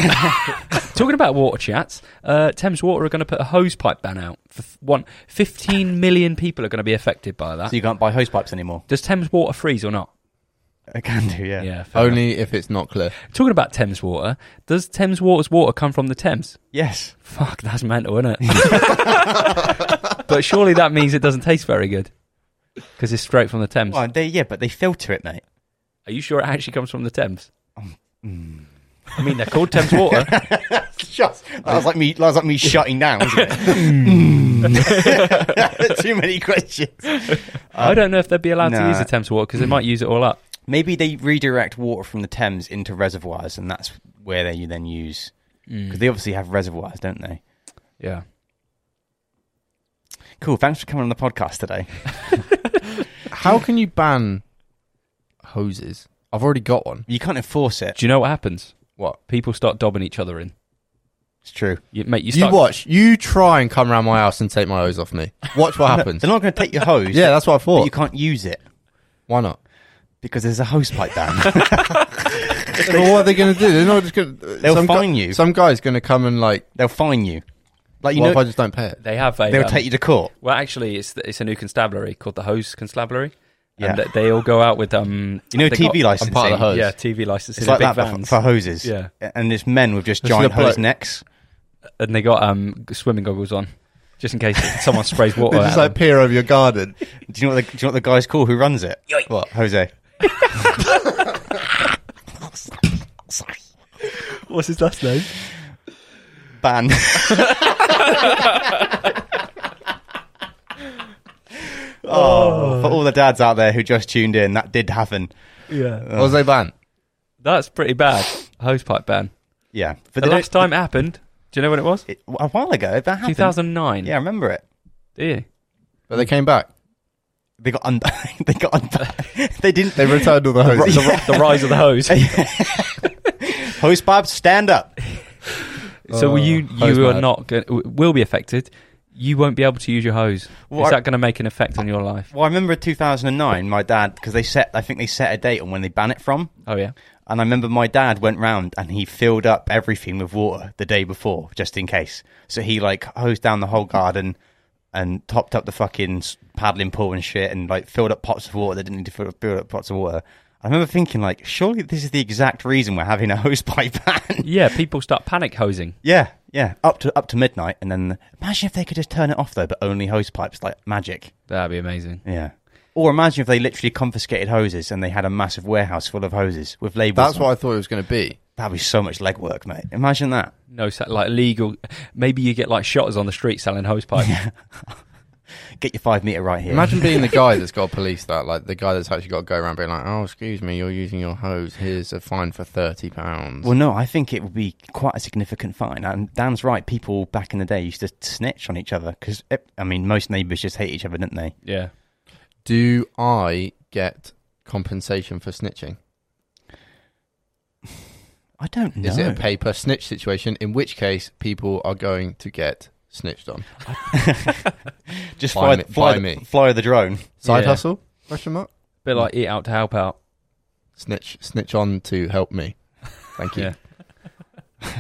Speaker 3: Talking about water chats, uh, Thames Water are going to put a hose pipe ban out. For f- one, 15 million people are going to be affected by that.
Speaker 1: So you can't buy hose pipes anymore.
Speaker 3: Does Thames Water freeze or not?
Speaker 1: I can do. Yeah.
Speaker 3: fair
Speaker 2: Only if it's not clear.
Speaker 3: enough. Talking about Thames Water, does Thames Water's water come from the Thames?
Speaker 1: Yes.
Speaker 3: Fuck, that's mental, isn't it? but surely that means it doesn't taste very good because it's straight from the Thames.
Speaker 1: Well, they, yeah, but they filter it, mate.
Speaker 3: Are you sure it actually comes from the Thames? I mean, they're called Thames Water.
Speaker 1: Just, that was like me. That was like me shutting down. wasn't it? Too many questions.
Speaker 3: I don't know if they'd be allowed to
Speaker 1: Uh, Nah.
Speaker 3: use the Thames water because they might use it all up.
Speaker 1: Maybe they redirect water from the Thames into reservoirs, and that's where they you then use because they obviously have reservoirs, don't they?
Speaker 3: Yeah.
Speaker 1: Cool. Thanks for coming on the podcast today.
Speaker 2: How can you ban hoses? I've already got one.
Speaker 1: You can't enforce it.
Speaker 3: Do you know what happens?
Speaker 2: What?
Speaker 3: People start dobbing each other in.
Speaker 1: It's true.
Speaker 3: You, mate, you
Speaker 2: You,
Speaker 3: start.
Speaker 2: watch. You try and come round my house and take my hose off me. Watch what happens.
Speaker 1: They're not going to take your hose.
Speaker 2: yeah, that's what I
Speaker 1: but you
Speaker 2: thought.
Speaker 1: can't use it
Speaker 2: Why not?
Speaker 1: because there's a hose pipe down.
Speaker 2: well, what are they going to do? They're not just going to.
Speaker 1: They'll fine you.
Speaker 2: Some guy's going to come and like.
Speaker 1: They'll fine you. Like you
Speaker 2: what if I
Speaker 1: know,
Speaker 2: just don't pay it?
Speaker 3: They have a.
Speaker 1: they'll
Speaker 3: um,
Speaker 1: take you to court.
Speaker 3: Well, actually, it's the, it's a new constabulary called the Hose Constabulary,
Speaker 1: Yeah.
Speaker 3: and th- they all go out with um.
Speaker 1: You know,
Speaker 3: they
Speaker 1: TV
Speaker 3: got-
Speaker 1: licensing.
Speaker 2: part of the hose.
Speaker 3: Yeah, TV licenses.
Speaker 1: It's like
Speaker 3: big
Speaker 1: that but for,
Speaker 3: vans.
Speaker 1: for hoses.
Speaker 3: Yeah.
Speaker 1: and it's men with just
Speaker 2: It's
Speaker 1: giant
Speaker 2: the bloke-
Speaker 1: hose necks.
Speaker 3: and they got um swimming goggles on, just in case someone sprays water.
Speaker 2: They
Speaker 3: at
Speaker 2: just
Speaker 3: them.
Speaker 2: like peer over your garden.
Speaker 1: Do you know what the, do you know what the guy's called who runs it? What Jose?
Speaker 3: What's his last name?
Speaker 1: Ban. oh, for all the dads out there who just tuned in, that did happen.
Speaker 3: Yeah,
Speaker 2: What was they ban?
Speaker 3: that's pretty bad. Hosepipe ban.
Speaker 1: Yeah, but
Speaker 3: The
Speaker 1: they don't-
Speaker 3: last time it happened, do you know when it was?
Speaker 1: it- a while ago that happened.
Speaker 3: 2009.
Speaker 1: Yeah, I remember it.
Speaker 3: Do you?
Speaker 2: But they came back.
Speaker 1: They got un- they got un- they didn't.
Speaker 2: They returned all the hoses.
Speaker 3: The, the rise of the hose.
Speaker 1: Host Bob, stand up.
Speaker 3: so
Speaker 2: Oh,
Speaker 3: you
Speaker 2: hose
Speaker 3: you are
Speaker 2: man.
Speaker 3: not going will be affected. You won't be able to use your hose.
Speaker 1: Well, I-
Speaker 3: Is that going to make an effect on your life?
Speaker 1: Well, I remember 2009. My dad, because they set, I think they set a date on when they ban it from.
Speaker 3: Oh yeah.
Speaker 1: And I remember my dad went round and he filled up everything with water the day before, just in case. So he like hosed down the whole garden and topped up the fucking s- paddling pool and shit, and like filled up pots of water that didn't need to fill up, fill up pots of water. I remember thinking like, surely this is the exact reason we're having a hose pipe ban.
Speaker 3: Yeah, people start panic hosing.
Speaker 1: Yeah, yeah, up to up to midnight, and then imagine if they could just turn it off though, but only hose pipes like magic.
Speaker 3: That'd be amazing.
Speaker 1: Yeah. Or imagine if they literally confiscated hoses and they had a massive warehouse full of hoses with labels.
Speaker 2: That's
Speaker 1: on.
Speaker 2: what I thought it was going to be.
Speaker 1: That'd be so much legwork, mate. Imagine that.
Speaker 3: No, sa- like legal. Maybe you get like shotters on the street selling hosepipe.
Speaker 1: Get your five meter right here.
Speaker 2: Imagine being the guy that's got to police that, like the guy that's actually got to go around being like, "Oh, excuse me, you're using your hose. Here's a fine for thirty pounds."
Speaker 1: well, no, I think it would be quite a significant fine. And Dan's right. People back in the day used to snitch on each other because, I mean, most neighbours just hate each other, didn't they?
Speaker 3: yeah.
Speaker 2: Do I get compensation for snitching?
Speaker 1: I don't know.
Speaker 2: Is it a pay per snitch situation? In which case, people are going to get snitched on.
Speaker 1: just fly,
Speaker 2: Buy me-
Speaker 1: fly,
Speaker 2: buy
Speaker 1: the-
Speaker 2: me.
Speaker 1: fly the drone.
Speaker 2: Side
Speaker 3: Yeah.
Speaker 2: hustle? Question mark.
Speaker 3: Bit like eat out to help out.
Speaker 2: Snitch, snitch on to help me. Thank you.
Speaker 3: Yeah.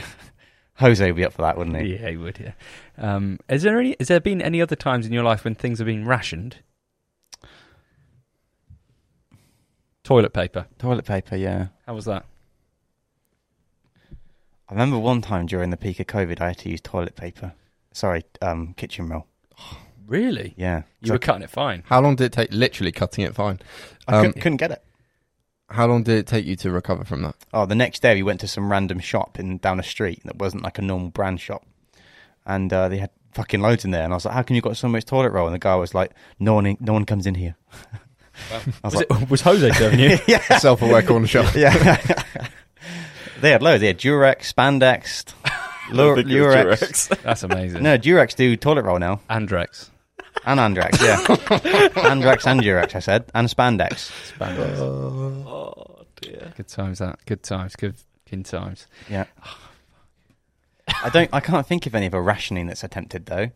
Speaker 1: Jose would be up for that, wouldn't he?
Speaker 3: Yeah, you would. Yeah. Um, is there any? Has there been any other times in your life when things have been rationed? Toilet paper.
Speaker 1: Toilet paper, yeah.
Speaker 3: How was that?
Speaker 1: I remember one time during the peak of COVID, I had to use toilet paper. Sorry, um, kitchen roll.
Speaker 3: Really?
Speaker 1: Yeah,
Speaker 3: You were cutting it fine.
Speaker 2: How long did it take? Literally cutting it fine.
Speaker 1: I
Speaker 2: um,
Speaker 1: couldn't, couldn't get it.
Speaker 2: How long did it take you to recover from that?
Speaker 1: Oh, the next day we went to some random shop in down a street that wasn't like a normal brand shop, and uh, they had fucking loads in there. And I was like, "How come you got so much toilet roll?" And the guy was like, "No one, in, no one comes in here." I was
Speaker 3: Was, it, was Jose serving you?
Speaker 2: Self-aware corner shop.
Speaker 1: yeah, they had loads. They had Durex, Spandex, Lure,
Speaker 4: I think it was
Speaker 1: Lurex.
Speaker 4: Durex.
Speaker 3: That's amazing.
Speaker 1: No, Durex do toilet roll now,
Speaker 3: Andrex.
Speaker 1: and Andrex. Yeah, Andrex and Durex. I said, and Spandex.
Speaker 3: Spandex.
Speaker 4: Oh dear.
Speaker 3: Good times that. Good times. Good good times.
Speaker 1: Yeah. Oh, I don't. I can't think of any other rationing that's attempted though.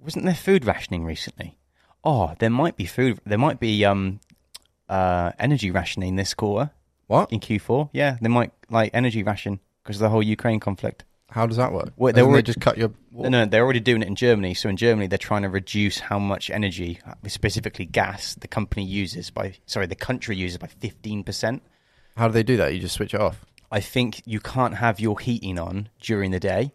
Speaker 1: Wasn't there food rationing recently? Oh, there might be food. There might be um, uh, energy rationing this quarter
Speaker 2: What?
Speaker 1: in Q4. Yeah, they might like energy ration because of the whole Ukraine conflict.
Speaker 2: How does that work?
Speaker 1: Wait,
Speaker 2: they
Speaker 1: they
Speaker 2: already
Speaker 1: already-
Speaker 2: just cut your.
Speaker 1: No, no, they're already doing it in Germany. So in Germany, they're trying to reduce how much energy, specifically gas, the company uses by sorry, the country uses by fifteen percent.
Speaker 2: How do they do that? You just switch it off.
Speaker 1: I think you can't have your heating on during the day,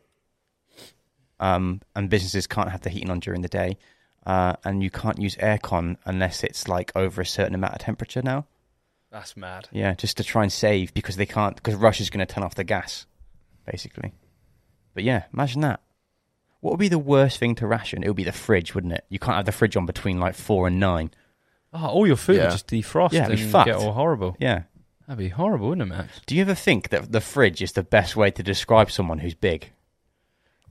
Speaker 1: um, and businesses can't have the heating on during the day, uh, and you can't use aircon unless it's like over a certain amount of temperature now.
Speaker 3: That's mad.
Speaker 1: Yeah, just to try and save because they can't because Russia's going to turn off the gas, basically. But yeah, imagine that. What would be the worst thing to ration? It would be the fridge, wouldn't it? You can't have the fridge on between like four and nine.
Speaker 3: Oh, all your food
Speaker 2: Yeah.
Speaker 3: would just defrost
Speaker 1: Yeah, it'd
Speaker 3: and
Speaker 1: be
Speaker 3: get
Speaker 1: fucked.
Speaker 3: all horrible.
Speaker 1: Yeah.
Speaker 3: That'd be horrible, wouldn't it, Max?
Speaker 1: Do you ever think that the fridge is the best way to describe someone who's big?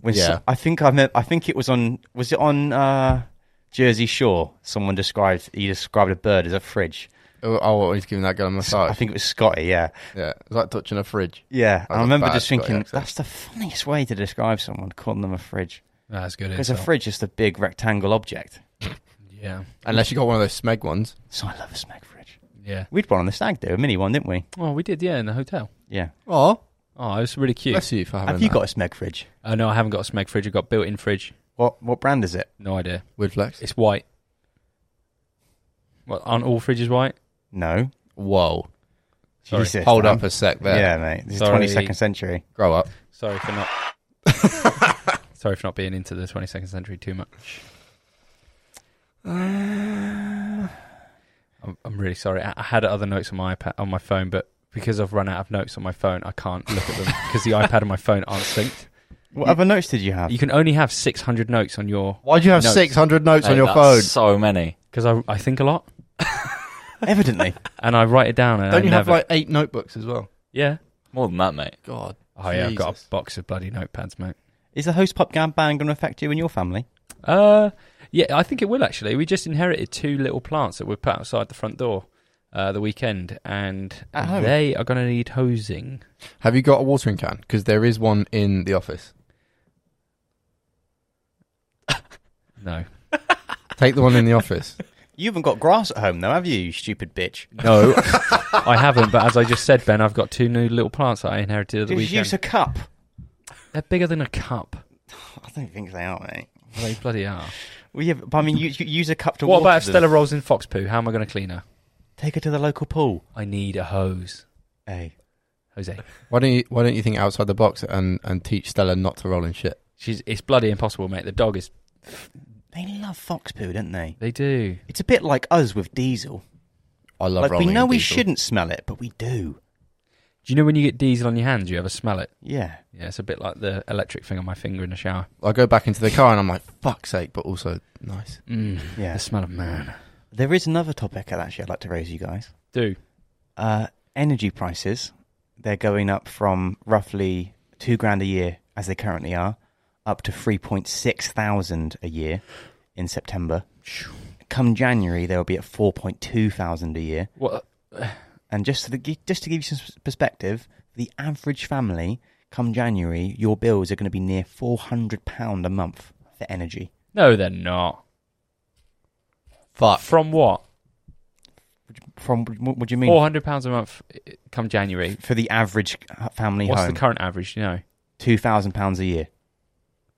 Speaker 1: When so-
Speaker 2: Yeah.
Speaker 1: I think I meant, I think it was on was it on uh, Jersey Shore? Someone described he described a bird as a fridge.
Speaker 2: Oh, oh he's giving that girl a massage.
Speaker 1: I think it was Scotty. Yeah,
Speaker 2: yeah, it's like touching a fridge.
Speaker 1: yeah.
Speaker 2: a
Speaker 1: I remember
Speaker 2: bad
Speaker 1: just
Speaker 2: Scotty
Speaker 1: thinking
Speaker 2: accent.
Speaker 1: that's the funniest way to describe someone, calling them a fridge.
Speaker 3: That's good.
Speaker 1: Because a
Speaker 3: intel.
Speaker 1: fridge is the big rectangle object.
Speaker 3: Yeah.
Speaker 2: Unless you got one of those Smeg ones.
Speaker 1: So I love a smeg fridge.
Speaker 3: Yeah.
Speaker 1: We'd one on the stag do a mini one, didn't we?
Speaker 3: Oh, we did, yeah, in the hotel.
Speaker 1: Yeah.
Speaker 2: Oh,
Speaker 3: Oh, it was really cute.
Speaker 2: bless you for having
Speaker 1: Have you
Speaker 2: that.
Speaker 1: got a smeg fridge?
Speaker 3: Oh, no, I haven't got a smeg fridge. I've got built in fridge.
Speaker 1: What what brand is it?
Speaker 3: No idea.
Speaker 2: Wood flex.
Speaker 3: It's white. What, aren't all fridges white?
Speaker 1: No.
Speaker 2: Whoa.
Speaker 3: Sorry.
Speaker 1: Jesus,
Speaker 2: Hold
Speaker 1: man.
Speaker 2: up a sec there.
Speaker 1: Yeah, mate. This
Speaker 3: Sorry.
Speaker 1: is 22nd century.
Speaker 2: Grow up.
Speaker 3: Sorry for not. Sorry for not being into the 22nd century too much.
Speaker 2: Uh,
Speaker 3: I'm, I'm really sorry. I, I had other notes on my iPad on my phone, but because I've run out of notes on my phone, I can't look at them because the iPad and my phone aren't synced.
Speaker 1: What other notes did you have?
Speaker 3: You can only have 600 notes on your
Speaker 2: Why do you have
Speaker 3: Notes.
Speaker 2: 600 notes on
Speaker 4: Mate,
Speaker 2: your
Speaker 4: that's
Speaker 2: phone?
Speaker 4: So many.
Speaker 3: because I, I think a lot
Speaker 1: Evidently.
Speaker 3: and I write it down and
Speaker 2: Don't
Speaker 3: I
Speaker 2: you
Speaker 3: never
Speaker 2: have like eight notebooks as well?
Speaker 3: yeah.
Speaker 4: More than that, mate.
Speaker 2: God.
Speaker 3: Oh yeah, I've got
Speaker 2: Jesus.
Speaker 3: a box of bloody notepads, mate.
Speaker 1: Is the host pop gang ban going to affect you and your family?
Speaker 3: Uh, yeah, I think it will actually. We just inherited two little plants that were put outside the front door uh, the weekend, and
Speaker 1: At home?
Speaker 3: they are going to need hosing.
Speaker 2: Have you got a watering can? Because there is one in the office.
Speaker 3: No,
Speaker 2: Take the one in the office.
Speaker 1: You haven't got grass at home, though, have you, you stupid bitch?
Speaker 3: no, I haven't. But as I just said, Ben, I've got two new little plants that I inherited at the
Speaker 1: Did you
Speaker 3: weekend.
Speaker 1: use a cup?
Speaker 3: They're bigger than a cup.
Speaker 1: I don't think they are, mate.
Speaker 3: Well, they bloody are.
Speaker 1: Well, yeah, but I mean, you, you use a cup to
Speaker 3: what
Speaker 1: water
Speaker 3: about if
Speaker 1: them.
Speaker 3: Stella rolls in fox poo? How am I going to clean her?
Speaker 1: Take her to the local pool.
Speaker 3: I need a hose,
Speaker 1: Hey.
Speaker 3: Jose.
Speaker 2: why don't you Why don't you think outside the box and and teach Stella not to roll in shit?
Speaker 3: She's it's bloody impossible, mate. The dog is.
Speaker 1: They love fox poo, don't they?
Speaker 3: They do.
Speaker 1: It's a bit like us with diesel.
Speaker 2: I love
Speaker 1: like,
Speaker 2: rolling.
Speaker 1: we know
Speaker 2: in
Speaker 1: we
Speaker 2: diesel.
Speaker 1: shouldn't smell it, but we do.
Speaker 3: Do you know when you get diesel on your hands, you ever smell it?
Speaker 1: Yeah.
Speaker 3: Yeah, it's a bit like the electric thing on my finger in the shower.
Speaker 2: I go back into the car and I'm like, fuck's sake, but also nice.
Speaker 3: Mm,
Speaker 1: Yeah.
Speaker 3: The smell of man.
Speaker 1: There is another topic actually I'd like to raise you guys.
Speaker 3: Do.
Speaker 1: Uh, energy prices, they're going up from roughly two grand a year, as they currently are, up to 3.6 thousand a year in September. Come January, they'll be at 4.2 thousand a year.
Speaker 3: What?
Speaker 1: And just to, the, just to give you some s- perspective, the average family, come January, your bills are going to be near £400 a month for energy.
Speaker 3: No, they're not.
Speaker 2: Fuck.
Speaker 3: From what?
Speaker 1: From What what do you mean?
Speaker 3: Four hundred pounds a month eh, come January.
Speaker 1: for the average h- family
Speaker 3: What's
Speaker 1: home,
Speaker 3: the current average? You know,
Speaker 1: £2,000 a year.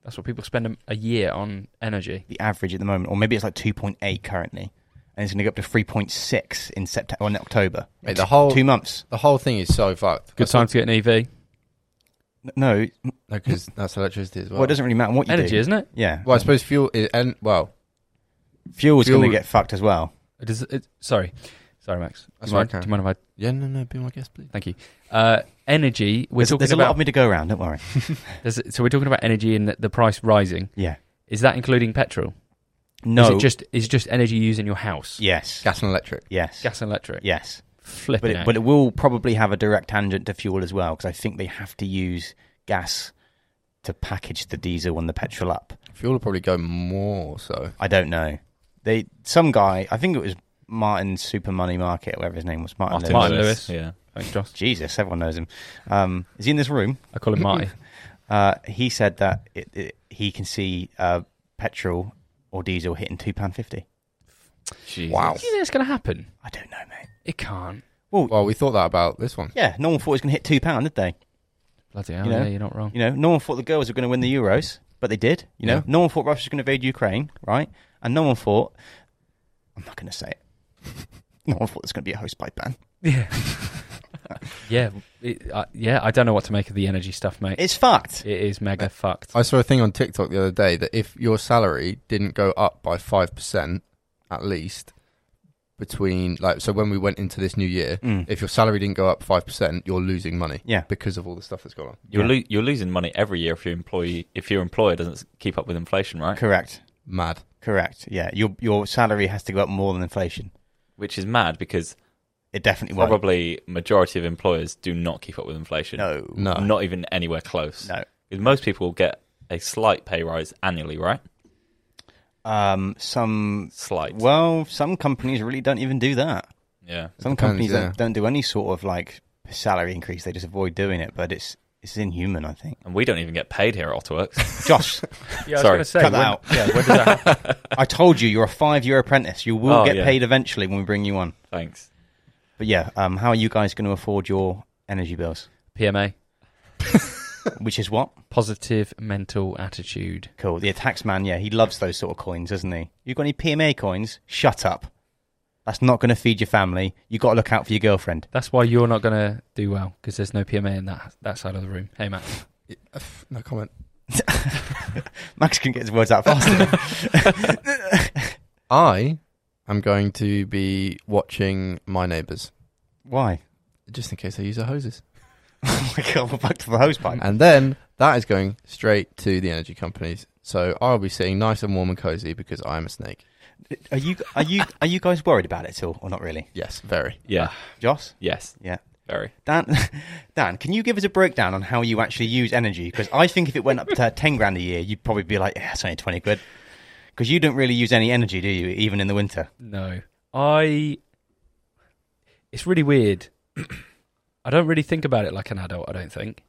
Speaker 3: that's what people spend a, a year on energy.
Speaker 1: the average at the moment, or maybe it's like 2.8 currently, and it's going to go up to 3.6 in September or in October.
Speaker 2: Mate, the whole
Speaker 1: Two months.
Speaker 2: the whole thing is so fucked.
Speaker 3: Good time to get an E EV.
Speaker 1: N- No,
Speaker 2: because that's electricity as well.
Speaker 1: well, it doesn't really matter what you
Speaker 3: Energy,
Speaker 1: do.
Speaker 3: isn't it?
Speaker 1: yeah,
Speaker 2: Well, I suppose fuel is, and well,
Speaker 1: fuel's going
Speaker 2: fuel-
Speaker 1: to get fucked as well.
Speaker 3: It is, it, sorry, sorry, Max.
Speaker 2: That's
Speaker 3: do, you mind,
Speaker 2: okay.
Speaker 3: do you mind if I?
Speaker 2: yeah, no, no, be my guest, please.
Speaker 3: Thank you. Uh, energy. We're
Speaker 1: There's,
Speaker 3: talking
Speaker 1: there's a lot
Speaker 3: about.
Speaker 1: of me to go around. Don't worry.
Speaker 3: there's- so we're talking about energy and the, the price rising.
Speaker 1: Yeah.
Speaker 3: Is that including petrol?
Speaker 1: No.
Speaker 3: Is it just is it just energy used in your house?
Speaker 1: yes.
Speaker 2: Gas and electric.
Speaker 1: Yes.
Speaker 3: Gas and electric.
Speaker 1: Yes.
Speaker 3: Flipping
Speaker 1: But
Speaker 3: heck.
Speaker 1: it, but it will probably have a direct tangent to fuel as well because I think they have to use gas to package the diesel and the petrol up.
Speaker 2: Fuel will probably go more so.
Speaker 1: I don't know. They some guy. I think it was Martin Super Money Market, whatever his name was. Martin. Lewis.
Speaker 3: Martin Lewis.
Speaker 4: Yeah.
Speaker 3: Thanks, Josh.
Speaker 1: Jesus, everyone knows him. Um, is he in this room?
Speaker 3: I call him Marty.
Speaker 1: Uh, he said that it, it, he can see uh, petrol or diesel hitting two pound fifty.
Speaker 4: Jesus.
Speaker 2: Wow.
Speaker 3: Do you think it's going to happen?
Speaker 1: I don't know, mate.
Speaker 3: It can't.
Speaker 2: Well, we thought that about this one.
Speaker 1: Yeah, no one thought it was going to hit two pound, did they?
Speaker 3: Bloody hell,
Speaker 1: You know?
Speaker 3: yeah, you're not wrong.
Speaker 1: You know, no one thought the girls were going to win the Euros, but they did. You know,
Speaker 2: Yeah.
Speaker 1: no one thought Russia was going to invade Ukraine, right? And no one thought. I'm not going to say it. no one thought there's going to be a host by ban.
Speaker 3: Yeah. yeah, it, uh, yeah, I don't know what to make of the energy stuff, mate.
Speaker 1: It's fucked.
Speaker 3: it is mega fucked.
Speaker 2: I saw a thing on TikTok the other day that if your salary didn't go up by five percent at least between like so when we went into this new year,
Speaker 1: Mm.
Speaker 2: if your salary didn't go up five percent, you're losing money
Speaker 1: Yeah,
Speaker 2: because of all the stuff that's gone on.
Speaker 4: You're
Speaker 1: Yeah.
Speaker 4: lo- you're losing money every year if your employee if your employer doesn't s- keep up with inflation, right?
Speaker 1: correct,
Speaker 2: Mad.
Speaker 1: correct. Yeah, your your salary has to go up more than inflation.
Speaker 4: Which is mad because
Speaker 1: It definitely won't.
Speaker 4: probably majority of employers do not keep up with inflation.
Speaker 1: No,
Speaker 2: No.
Speaker 4: Not even anywhere close.
Speaker 1: no.
Speaker 4: Because Most people get a slight pay rise annually, right?
Speaker 1: Um, some
Speaker 4: Slight.
Speaker 1: well, some companies really don't even do that.
Speaker 4: yeah.
Speaker 1: Some
Speaker 2: depends,
Speaker 1: companies
Speaker 2: yeah.
Speaker 1: don't, don't do any sort of like salary increase; they just avoid doing it. But it's it's inhuman, I think.
Speaker 4: And we don't even get paid here at Otterworks.
Speaker 1: Josh,
Speaker 3: Yeah,
Speaker 4: Sorry,
Speaker 3: I was going to say,
Speaker 1: cut that
Speaker 3: when-
Speaker 1: out.
Speaker 3: yeah, when does that happen?
Speaker 1: I told you you're a five-year apprentice. You will
Speaker 4: Oh,
Speaker 1: get
Speaker 4: yeah.
Speaker 1: paid eventually when we bring you on.
Speaker 4: Thanks.
Speaker 1: But yeah, um, how are you guys going to afford your energy bills?
Speaker 3: PMA,
Speaker 1: Which is what?
Speaker 3: positive mental attitude.
Speaker 1: Cool. The tax man, yeah, he loves those sort of coins, doesn't he? You got any PMA coins? Shut up. That's not going to feed your family. you got to look out for your girlfriend.
Speaker 3: That's why you're not going to do well because there's no PMA in that that side of the room. Hey, Matt.
Speaker 2: No comment.
Speaker 1: Max can get his words out faster.
Speaker 2: I am going to be watching my neighbours
Speaker 1: Why?
Speaker 2: just in case they use their hoses.
Speaker 1: Oh my god, we're back to the hose pipe.
Speaker 2: And then that is going straight to the energy companies. So I'll be sitting nice and warm and cozy because I'm a snake.
Speaker 1: Are you are you are you guys worried about it at all, or not really?
Speaker 2: Yes, very.
Speaker 4: Yeah.
Speaker 1: Joss,
Speaker 4: Yes.
Speaker 1: yeah.
Speaker 4: Very.
Speaker 1: Dan, Dan, can you give us a breakdown on how you actually use energy? Because I think if it went up to ten grand a year, you'd probably be like, "Yeah, it's only twenty quid." Because you don't really use any energy, do you? Even in the winter.
Speaker 3: No, I. It's really weird. I don't really think about it like an adult. I don't think.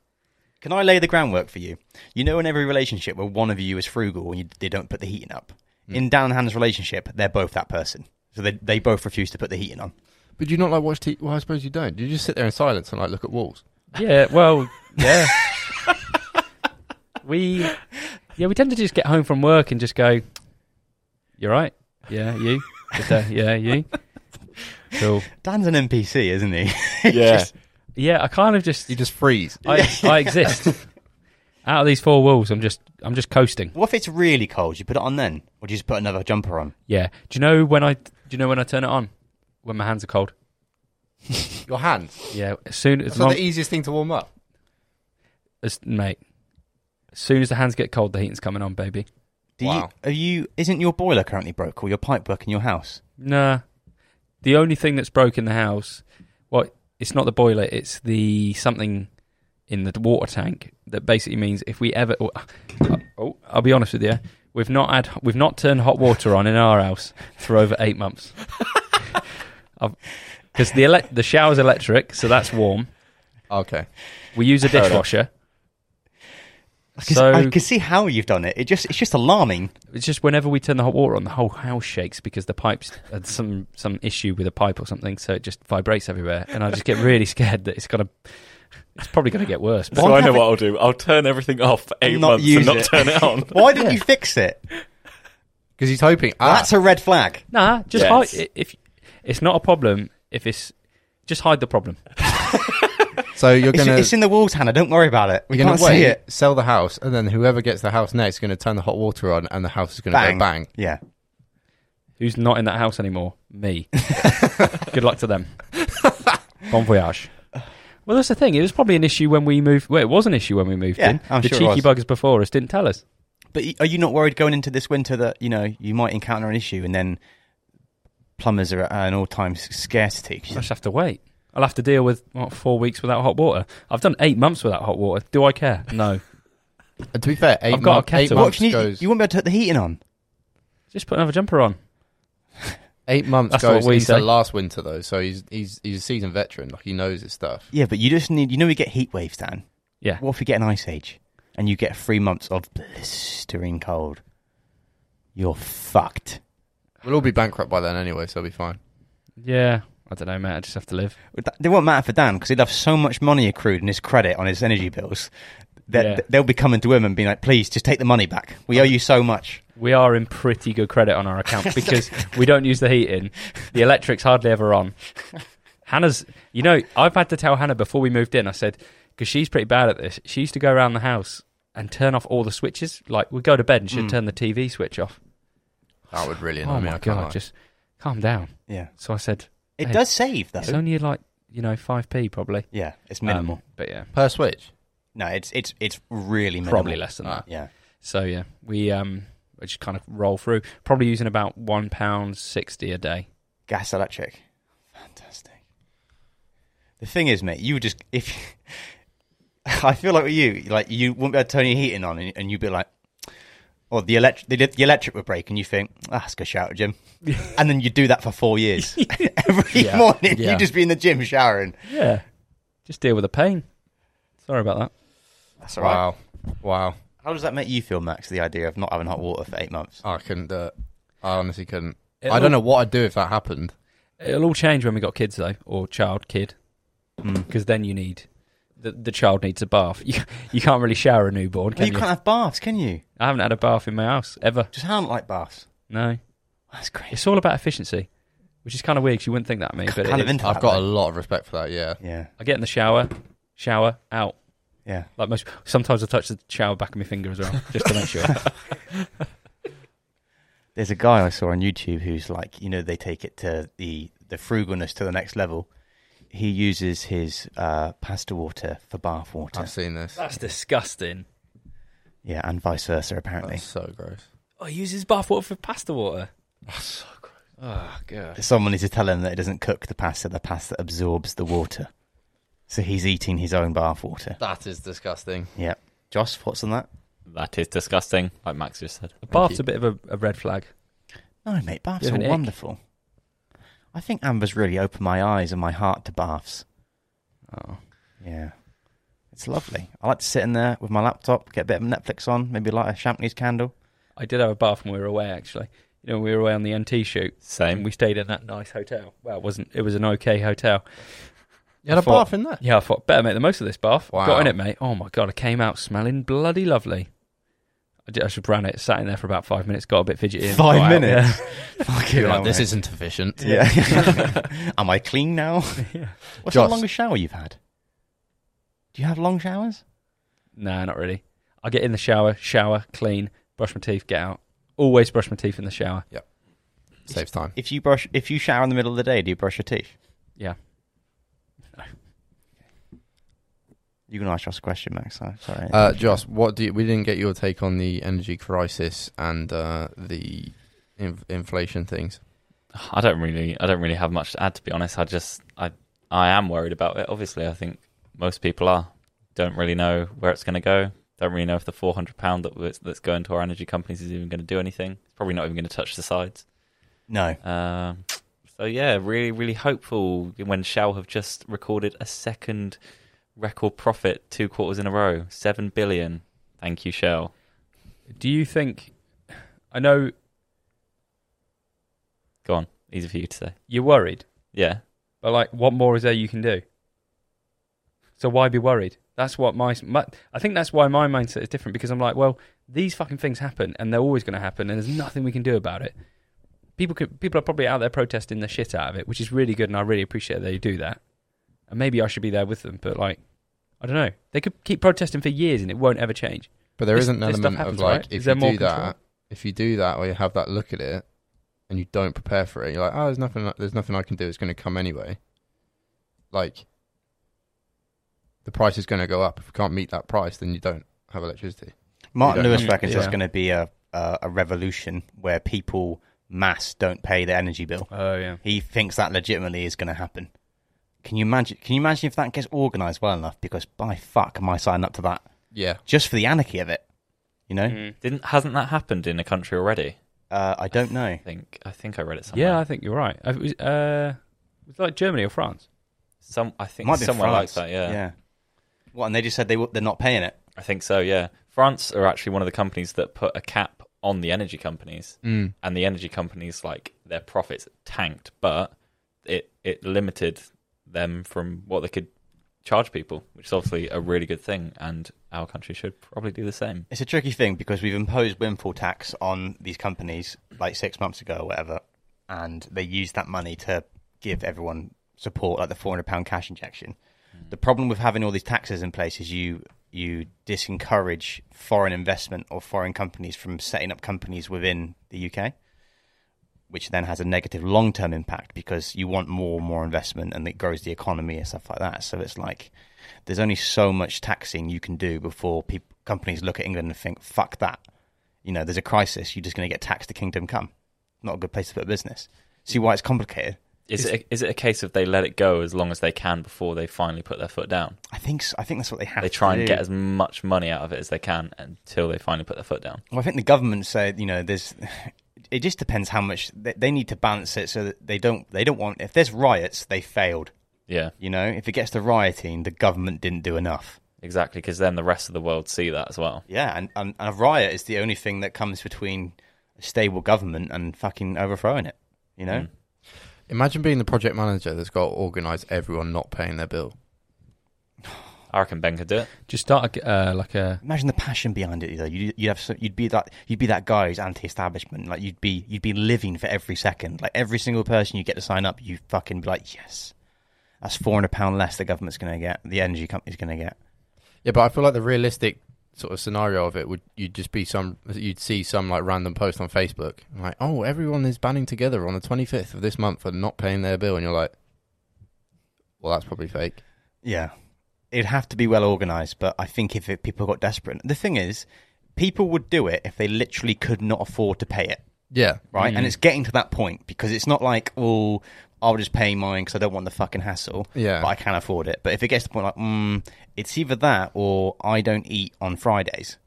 Speaker 1: Can I lay the groundwork for you? You know, in every relationship where one of you is frugal and you, they don't put the heating up, in Dan and Hannah's relationship, they're both that person. So they, they both refuse to put the heating on.
Speaker 2: But do you not like watch TV? Well, I suppose you don't. Do you just sit there in silence and like look at walls?
Speaker 3: Yeah. Well. Yeah. we. Yeah, we tend to just get home from work and just go. You're right. Yeah, you. Good day. Yeah, you. Cool.
Speaker 1: Dan's an NPC, isn't he?
Speaker 4: Yeah.
Speaker 3: Yeah, I kind of just
Speaker 2: You just freeze.
Speaker 3: I, I exist. Out of these four walls, I'm just I'm just coasting.
Speaker 1: what if it's really cold? You put it on then, or do you just put another jumper on?
Speaker 3: Yeah. Do you know when I do you know when I turn it on? When my hands are cold.
Speaker 2: Your hands.
Speaker 3: Yeah. As soon as,
Speaker 2: It's not
Speaker 3: long-
Speaker 2: the easiest thing to warm up.
Speaker 3: as mate. As soon as the hands get cold, the heating's coming on, baby.
Speaker 1: Do
Speaker 2: Wow.
Speaker 1: you? Are you? Isn't your boiler currently broke, or your pipe work in your house?
Speaker 3: Nah. The only thing that's broke in the house, well, it's not the boiler, it's the something in the water tank that basically means if we ever, oh, oh, I'll be honest with you, we've not had, we've not turned hot water on in our house for over eight months. Because the ele- the shower's electric, so that's warm.
Speaker 2: Okay.
Speaker 3: We use a dishwasher.
Speaker 1: I can,
Speaker 3: So
Speaker 1: I can see how you've done it. It just it's just alarming.
Speaker 3: it's just whenever we turn the hot water on, the whole house shakes because the pipes had some some issue with a pipe or something, so it just vibrates everywhere, and I just get really scared that it's gonna, it's probably gonna get worse.
Speaker 1: Why
Speaker 4: So I know
Speaker 1: haven't-
Speaker 4: what I'll do. I'll turn everything off for eight
Speaker 1: not
Speaker 4: months
Speaker 1: use
Speaker 4: and not
Speaker 1: it.
Speaker 4: turn it on.
Speaker 1: Why didn't you fix it?
Speaker 2: Because he's hoping. Ah,
Speaker 1: That's a red flag.
Speaker 3: Nah, just
Speaker 4: Yes.
Speaker 3: hide. i- If it's not a problem, if it's just hide the problem.
Speaker 2: so you're
Speaker 1: It's,
Speaker 2: gonna
Speaker 1: it's in the walls, Hannah. Don't worry about it. We
Speaker 2: you're gonna
Speaker 1: can't see
Speaker 2: wait,
Speaker 1: it.
Speaker 2: sell the house, and then whoever gets the house next is gonna turn the hot water on, and the house is gonna
Speaker 1: Bang.
Speaker 2: go bang.
Speaker 1: Yeah.
Speaker 3: Who's not in that house anymore? Me. Good luck to them. Bon voyage. Well, that's the thing. It was probably an issue when we moved. Well, it was an issue when we moved
Speaker 1: Yeah,
Speaker 3: in.
Speaker 1: I'm
Speaker 3: the
Speaker 1: sure it
Speaker 3: cheeky
Speaker 1: was.
Speaker 3: buggers before us didn't tell us.
Speaker 1: But y- are you not worried going into this winter that you know you might encounter an issue and then plumbers are at an all-time s- scarcity?
Speaker 3: I just have to wait. I'll have to deal with what, four weeks without hot water. I've done eight months without hot water. Do I care? No.
Speaker 2: And to be fair, 8
Speaker 3: I've got a
Speaker 2: month- eight
Speaker 3: kettle.
Speaker 1: What
Speaker 2: months
Speaker 1: if you, need,
Speaker 2: goes.
Speaker 1: you won't be able to turn the heating on.
Speaker 3: Just put another jumper on.
Speaker 2: Eight months
Speaker 3: That's
Speaker 2: goes
Speaker 3: what we
Speaker 2: into
Speaker 3: say.
Speaker 2: last winter though, so he's he's he's a seasoned veteran. Like he knows his stuff.
Speaker 1: Yeah, but you just need. You know, we get heat waves, Dan.
Speaker 3: Yeah.
Speaker 1: What if we get an ice age and you get three months of blistering cold? You're fucked.
Speaker 2: We'll all be bankrupt by then anyway, so it'll be fine.
Speaker 3: Yeah. I don't know, mate. I just have to live.
Speaker 1: But that- They won't matter for Dan because he'd have so much money accrued in his credit on his energy bills that
Speaker 3: Yeah.
Speaker 1: that they'll be coming to him and being like, "Please, just take the money back. We owe you so much."
Speaker 3: We are in pretty good credit on our account because we don't use the heating. The electric's hardly ever on. Hannah's, you know, I've had to tell Hannah before we moved in, I said, because she's pretty bad at this. She used to go around the house and turn off all the switches. Like, we'd go to bed and she'd turn the TV switch off.
Speaker 2: That would really annoy
Speaker 3: Oh,
Speaker 2: me.
Speaker 3: my
Speaker 2: I can't
Speaker 3: God.
Speaker 2: lie.
Speaker 3: Just calm down.
Speaker 1: Yeah,
Speaker 3: So I said,
Speaker 1: it
Speaker 3: Hey,
Speaker 1: does save though.
Speaker 3: it's only like, you know, 5p probably.
Speaker 1: yeah, it's
Speaker 3: Um,
Speaker 1: minimal.
Speaker 3: but yeah,
Speaker 2: per switch.
Speaker 1: no, it's it's it's really minimal.
Speaker 3: probably less than that.
Speaker 1: Yeah,
Speaker 3: So yeah, we um we just kind of roll through. Probably using about one pound sixty a day.
Speaker 1: gas electric, fantastic. The thing is, mate, you just if I feel like with you, like you wouldn't be able to turn your heating on, and, and you'd be like, or the electric the, the electric would break, and you think, ah, that's a good shout, Jim, and then you do that for four years. Every
Speaker 2: Yeah,
Speaker 1: morning,
Speaker 2: yeah.
Speaker 1: you just be in the gym showering.
Speaker 3: Yeah, just deal with the pain. Sorry about that.
Speaker 1: That's all right.
Speaker 2: Wow. Wow.
Speaker 1: How does that make you feel, Max? The idea of not having hot water for eight months.
Speaker 2: I couldn't do it. I honestly couldn't.
Speaker 3: It'll-
Speaker 2: I don't know what I'd do if that happened.
Speaker 3: It'll all change when we got kids though, or child kid, because then you need the the child needs a bath. You you can't really shower a newborn.
Speaker 1: Well,
Speaker 3: Can
Speaker 1: you
Speaker 3: you
Speaker 1: can't have baths, can you?
Speaker 3: I haven't had a bath in my house ever.
Speaker 1: Just hand like baths.
Speaker 3: No,
Speaker 1: That's crazy.
Speaker 3: it's all about efficiency. which is kind of weird. 'cause you wouldn't think that of me, but it
Speaker 1: Kind of
Speaker 3: is.
Speaker 1: into
Speaker 2: I've
Speaker 1: that,
Speaker 2: got a
Speaker 1: though.
Speaker 2: lot of respect for that. Yeah.
Speaker 1: Yeah,
Speaker 3: I get in the shower, shower out.
Speaker 1: yeah.
Speaker 3: Like most, sometimes I touch the shower back of my finger as well, just to make sure.
Speaker 1: There's a guy I saw on YouTube who's like, you know, they take it to the the frugalness to the next level. He uses his uh, pasta water for bath water.
Speaker 2: I've seen this.
Speaker 3: That's disgusting.
Speaker 1: Yeah, and vice versa, apparently.
Speaker 2: That's so gross.
Speaker 3: Oh, he uses bathwater for pasta water. Oh, god.
Speaker 1: Someone needs to tell him that it doesn't cook the pasta, the pasta absorbs the water. So he's eating his own bath water.
Speaker 2: That is disgusting.
Speaker 1: Yeah. Josh, thoughts on that?
Speaker 4: That is disgusting, like Max just said.
Speaker 3: A bath's
Speaker 2: you.
Speaker 3: a bit of a, a red flag.
Speaker 1: No, mate, baths
Speaker 3: Bit of
Speaker 1: are
Speaker 3: an ick.
Speaker 1: wonderful. I think Amber's really opened my eyes and my heart to baths.
Speaker 3: Oh.
Speaker 1: Yeah. It's lovely. I like to sit in there with my laptop, get a bit of Netflix on, maybe light a champagne's candle.
Speaker 3: I did have a bath when we were away, actually. You know, we were away on the MT shoot, and
Speaker 4: Same.
Speaker 3: we stayed in that nice hotel. Well, it wasn't. It was an okay hotel.
Speaker 2: You had a
Speaker 3: I thought-
Speaker 2: bath in there.
Speaker 3: Yeah, I thought better make the most of this bath.
Speaker 2: Wow.
Speaker 3: Got in it, mate. Oh my god, I came out smelling bloody lovely. I, did, I should ran it. Sat in there for about five minutes. Got a bit fidgety. and
Speaker 1: Five
Speaker 3: got out.
Speaker 1: minutes? Fucking
Speaker 2: You're
Speaker 1: hell,
Speaker 2: like, this
Speaker 1: mate.
Speaker 2: isn't efficient.
Speaker 1: Yeah. Am I clean now?
Speaker 3: Yeah. yeah.
Speaker 1: What's
Speaker 2: Joss.
Speaker 1: the longest shower you've had? Do you have long showers?
Speaker 3: Nah, not really. I get in the shower, shower, clean, brush my teeth, get out. Always brush my teeth in the shower.
Speaker 2: Saves time.
Speaker 1: If you brush, if you shower in the middle of the day, do you brush your teeth?
Speaker 3: Yeah.
Speaker 1: You can ask Josh a question, Max. I- Sorry.
Speaker 2: Uh, Joss, what do you, we didn't get your take on the energy crisis and uh, the inf- inflation things?
Speaker 4: I don't really, I don't really have much to add. To be honest, I just, I, I am worried about it. Obviously, I think most people are. Don't really know where it's going to go. Don't really know if the four hundred pound that was- that's going to our energy companies is even going to do anything. It's probably not even going to touch the sides.
Speaker 1: no.
Speaker 4: Um, so yeah, really, really hopeful when Shell have just recorded a second record profit two quarters in a row, seven billion. Thank you, Shell.
Speaker 3: Do you think? I know
Speaker 4: Go on, easy for you to say.
Speaker 3: you're worried,
Speaker 4: Yeah,
Speaker 3: but like, what more is there you can do? So why be worried? That's what my, my I think that's why my mindset is different because I'm like, well, these fucking things happen and they're always going to happen and there's nothing we can do about it. People could, people are probably out there protesting the shit out of it, which is really good and I really appreciate they do that. And maybe I should be there with them, but like, I don't know. They could keep protesting for years and it won't ever change.
Speaker 2: But there
Speaker 3: This-
Speaker 2: is an
Speaker 3: this stuff
Speaker 2: element
Speaker 3: happens,
Speaker 2: of like,
Speaker 3: right?
Speaker 2: if
Speaker 3: Is there
Speaker 2: you do
Speaker 3: more control?
Speaker 2: that, if you do that, or you have that look at it, and you don't prepare for it, you're like, oh, there's nothing, there's nothing I can do. It's going to come anyway. Like, the price is going to go up. If you can't meet that price, then you don't have electricity.
Speaker 1: Martin
Speaker 2: You don't
Speaker 1: Lewis
Speaker 3: know.
Speaker 1: reckons there's
Speaker 3: Yeah.
Speaker 1: going to be a, a a revolution where people mass don't pay their energy bill.
Speaker 3: Oh yeah.
Speaker 1: He thinks that legitimately is going to happen. Can you imagine? Can you imagine if that gets organised well enough? Because by fuck, am I signing up to that
Speaker 2: Yeah,
Speaker 1: just for the anarchy of it? You
Speaker 4: Mm.
Speaker 1: know,
Speaker 4: didn't hasn't that happened in a country already?
Speaker 1: uh, I don't know.
Speaker 4: I think I think I read it somewhere.
Speaker 3: Yeah, I think you're right. I- It was, uh, it was like Germany or France.
Speaker 4: Some I think
Speaker 1: Might be
Speaker 4: somewhere like
Speaker 1: France.
Speaker 4: that. Yeah.
Speaker 1: Yeah. What? And they just said they w- they're not paying it.
Speaker 4: I think so. Yeah, France are actually one of the companies that put a cap on the energy companies,
Speaker 2: Mm.
Speaker 4: and the energy companies like their profits tanked, but it it limited them from what they could charge people, which is obviously a really good thing, and our country should probably do the same.
Speaker 1: It's a tricky thing because we've imposed windfall tax on these companies like six months ago or whatever, and they used that money to give everyone support, like the four hundred pound cash injection. The problem with having all these taxes in place is you you disencourage foreign investment or foreign companies from setting up companies within the UK, which then has a negative long term impact because you want more and more investment and it grows the economy and stuff like that. So it's like there's only so much taxing you can do before peop companies look at England and think, fuck that. You know, there's a crisis. You're just going to get taxed to kingdom come. Not a good place to put a business. See why it's complicated?
Speaker 4: Is it is it a case of they let it go as long as they can before they finally put their foot down?
Speaker 1: I think s I think that's what they have.
Speaker 4: They
Speaker 1: to
Speaker 4: try and
Speaker 1: do.
Speaker 4: get as much money out of it as they can until they finally put their foot down.
Speaker 1: Well, I think the government said, you know, there's. It just depends how much they, they need to balance it so that they don't. They don't want. If there's riots, they failed.
Speaker 4: Yeah.
Speaker 1: You know, if it gets to rioting, the government didn't do enough.
Speaker 4: Exactly, because then the rest of the world see that as well.
Speaker 1: Yeah, and, and, and a riot is the only thing that comes between a stable government and fucking overthrowing it. You know,
Speaker 4: Hmm.
Speaker 2: imagine being the project manager that's got to organise everyone not paying their bill.
Speaker 4: I reckon Ben could do it.
Speaker 3: Just start a, uh, like a
Speaker 1: Imagine the passion behind it, though. You'd, you'd have, so- you'd be that, you'd be that guy who's anti-establishment. Like you'd be, you'd be living for every second. Like every single person you get to sign up, you fucking be like, yes, that's four hundred pound less the government's going to get, the energy company's going to get.
Speaker 2: Yeah, but I feel like the realistic sort of scenario of it would you'd just be some you'd see some like random post on Facebook like oh everyone is banding together on the 25th of this month for not paying their bill and you're like well that's probably fake
Speaker 1: Yeah, it'd have to be well organised. But I think if it, people got desperate, the thing is, people would do it if they literally could not afford to pay it.
Speaker 2: yeah
Speaker 1: right?
Speaker 3: Hmm.
Speaker 1: And it's getting to that point because it's not like, oh, I'll just pay mine because I don't want the fucking hassle.
Speaker 2: Yeah.
Speaker 1: But I can afford it. But if it gets to the point like, mm, it's either that or I don't eat on Fridays.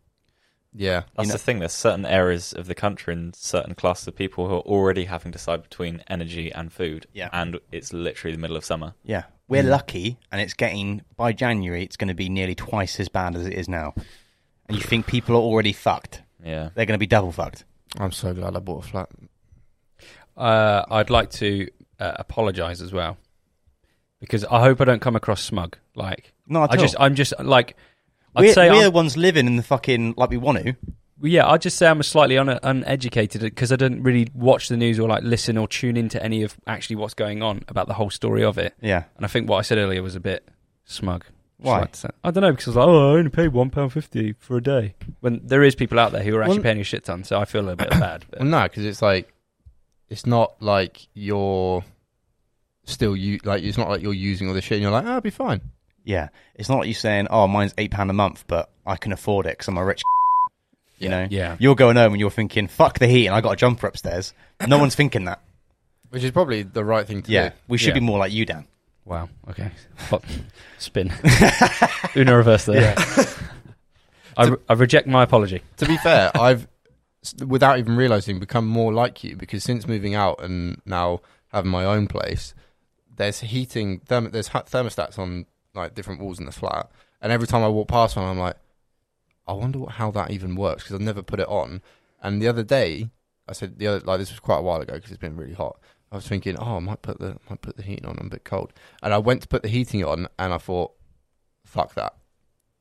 Speaker 2: yeah
Speaker 4: That's
Speaker 1: know-
Speaker 4: the thing. There's certain areas of the country and certain classes of people who are already having to decide between energy and food.
Speaker 1: Yeah.
Speaker 4: And it's literally the middle of summer.
Speaker 1: Yeah. We're
Speaker 3: Hmm.
Speaker 1: lucky and it's getting, by January, it's going to be nearly twice as bad as it is now. And you think people are already fucked.
Speaker 4: Yeah.
Speaker 1: They're going to be double fucked.
Speaker 2: I'm so glad I bought a flat
Speaker 3: Uh, I'd like to uh, apologise as well because I hope I don't come across smug. Like,
Speaker 1: Not at
Speaker 3: I just,
Speaker 1: all.
Speaker 3: I'm just like, I'd
Speaker 1: We're,
Speaker 3: say,
Speaker 1: we're the
Speaker 3: I'm,
Speaker 1: ones living in the fucking, like we want to.
Speaker 3: yeah, I'd just say I'm slightly un- uneducated because I don't really watch the news or like listen or tune into any of actually what's going on about the whole story of it.
Speaker 1: Yeah.
Speaker 3: And I think what I said earlier was a bit smug. Just
Speaker 1: Why?
Speaker 3: like to say- I don't know because I was like, oh, I only paid one pound fifty for a day. When there is people out there who are actually
Speaker 2: Well-
Speaker 3: paying a shit ton, so I feel a bit bad. But.
Speaker 2: well, no because it's like it's not like you're still you like it's not like you're using all this shit and you're like oh it'll be fine
Speaker 1: Yeah. It's not like you saying, oh, mine's £8 a month, but I can afford it because I'm a rich. You know?
Speaker 3: Yeah,
Speaker 1: You're going home and you're thinking, fuck the heat, and I got a jumper upstairs. No one's thinking that.
Speaker 2: which is probably the right thing to
Speaker 1: Yeah.
Speaker 2: do
Speaker 1: We should be
Speaker 3: Yeah.
Speaker 1: more like you, Dan.
Speaker 3: Wow. Okay. Hot spin. Una reverse there. I, re- I reject my apology.
Speaker 2: to be fair, I've s- without even realizing become more like you because since moving out and now having my own place, there's heating therm- there's hot thermostats on like different walls in the flat, and every time I walk past one, I'm like, I wonder what, how that even works because I've never put it on. And the other day, I said the other like this was quite a while ago because it's been really hot. I was thinking, oh, I might put the might put the heating on. I'm a bit cold, and I went to put the heating on, and I thought, fuck that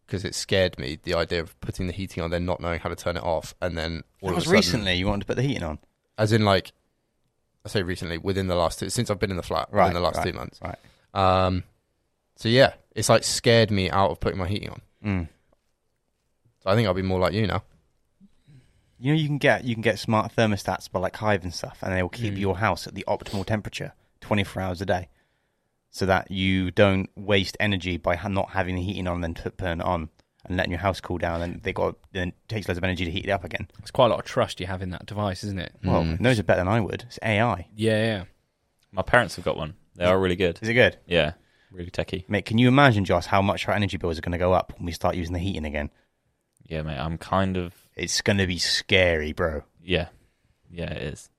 Speaker 2: because it scared me the idea of putting the heating on, then not knowing how to turn it off, and then all
Speaker 1: It
Speaker 2: of
Speaker 1: was
Speaker 2: a sudden,
Speaker 1: recently you wanted to put the heating on.
Speaker 2: as in like I say recently, within the last two, since I've been in the flat,
Speaker 1: Right.
Speaker 2: within the last
Speaker 1: right,
Speaker 2: two months.
Speaker 1: Right.
Speaker 2: Um, so yeah, it's like scared me out of putting my heating on.
Speaker 1: Mm.
Speaker 2: So I think I'll be more like you now.
Speaker 1: You know you can get you can get smart thermostats by like Hive and stuff, and they will keep
Speaker 3: Mm.
Speaker 1: your house at the optimal temperature twenty four hours a day, so that you don't waste energy by ha- not having the heating on, and then t- turn it on and letting your house cool down, and they got then it takes loads of energy to heat it up again.
Speaker 3: It's quite a lot of trust you have in that device, isn't it?
Speaker 1: Well,
Speaker 2: Mm.
Speaker 1: those are better than I would. It's AI.
Speaker 3: Yeah, yeah.
Speaker 4: My parents have got one. They are really good.
Speaker 1: Is it good,
Speaker 4: Yeah. Really techie.
Speaker 1: mate? Can you imagine, Josh, how much our energy bills are going to go up when we start using the heating again?
Speaker 4: Yeah, mate. I'm kind of.
Speaker 1: It's going to be scary, bro.
Speaker 4: Yeah. Yeah, it is.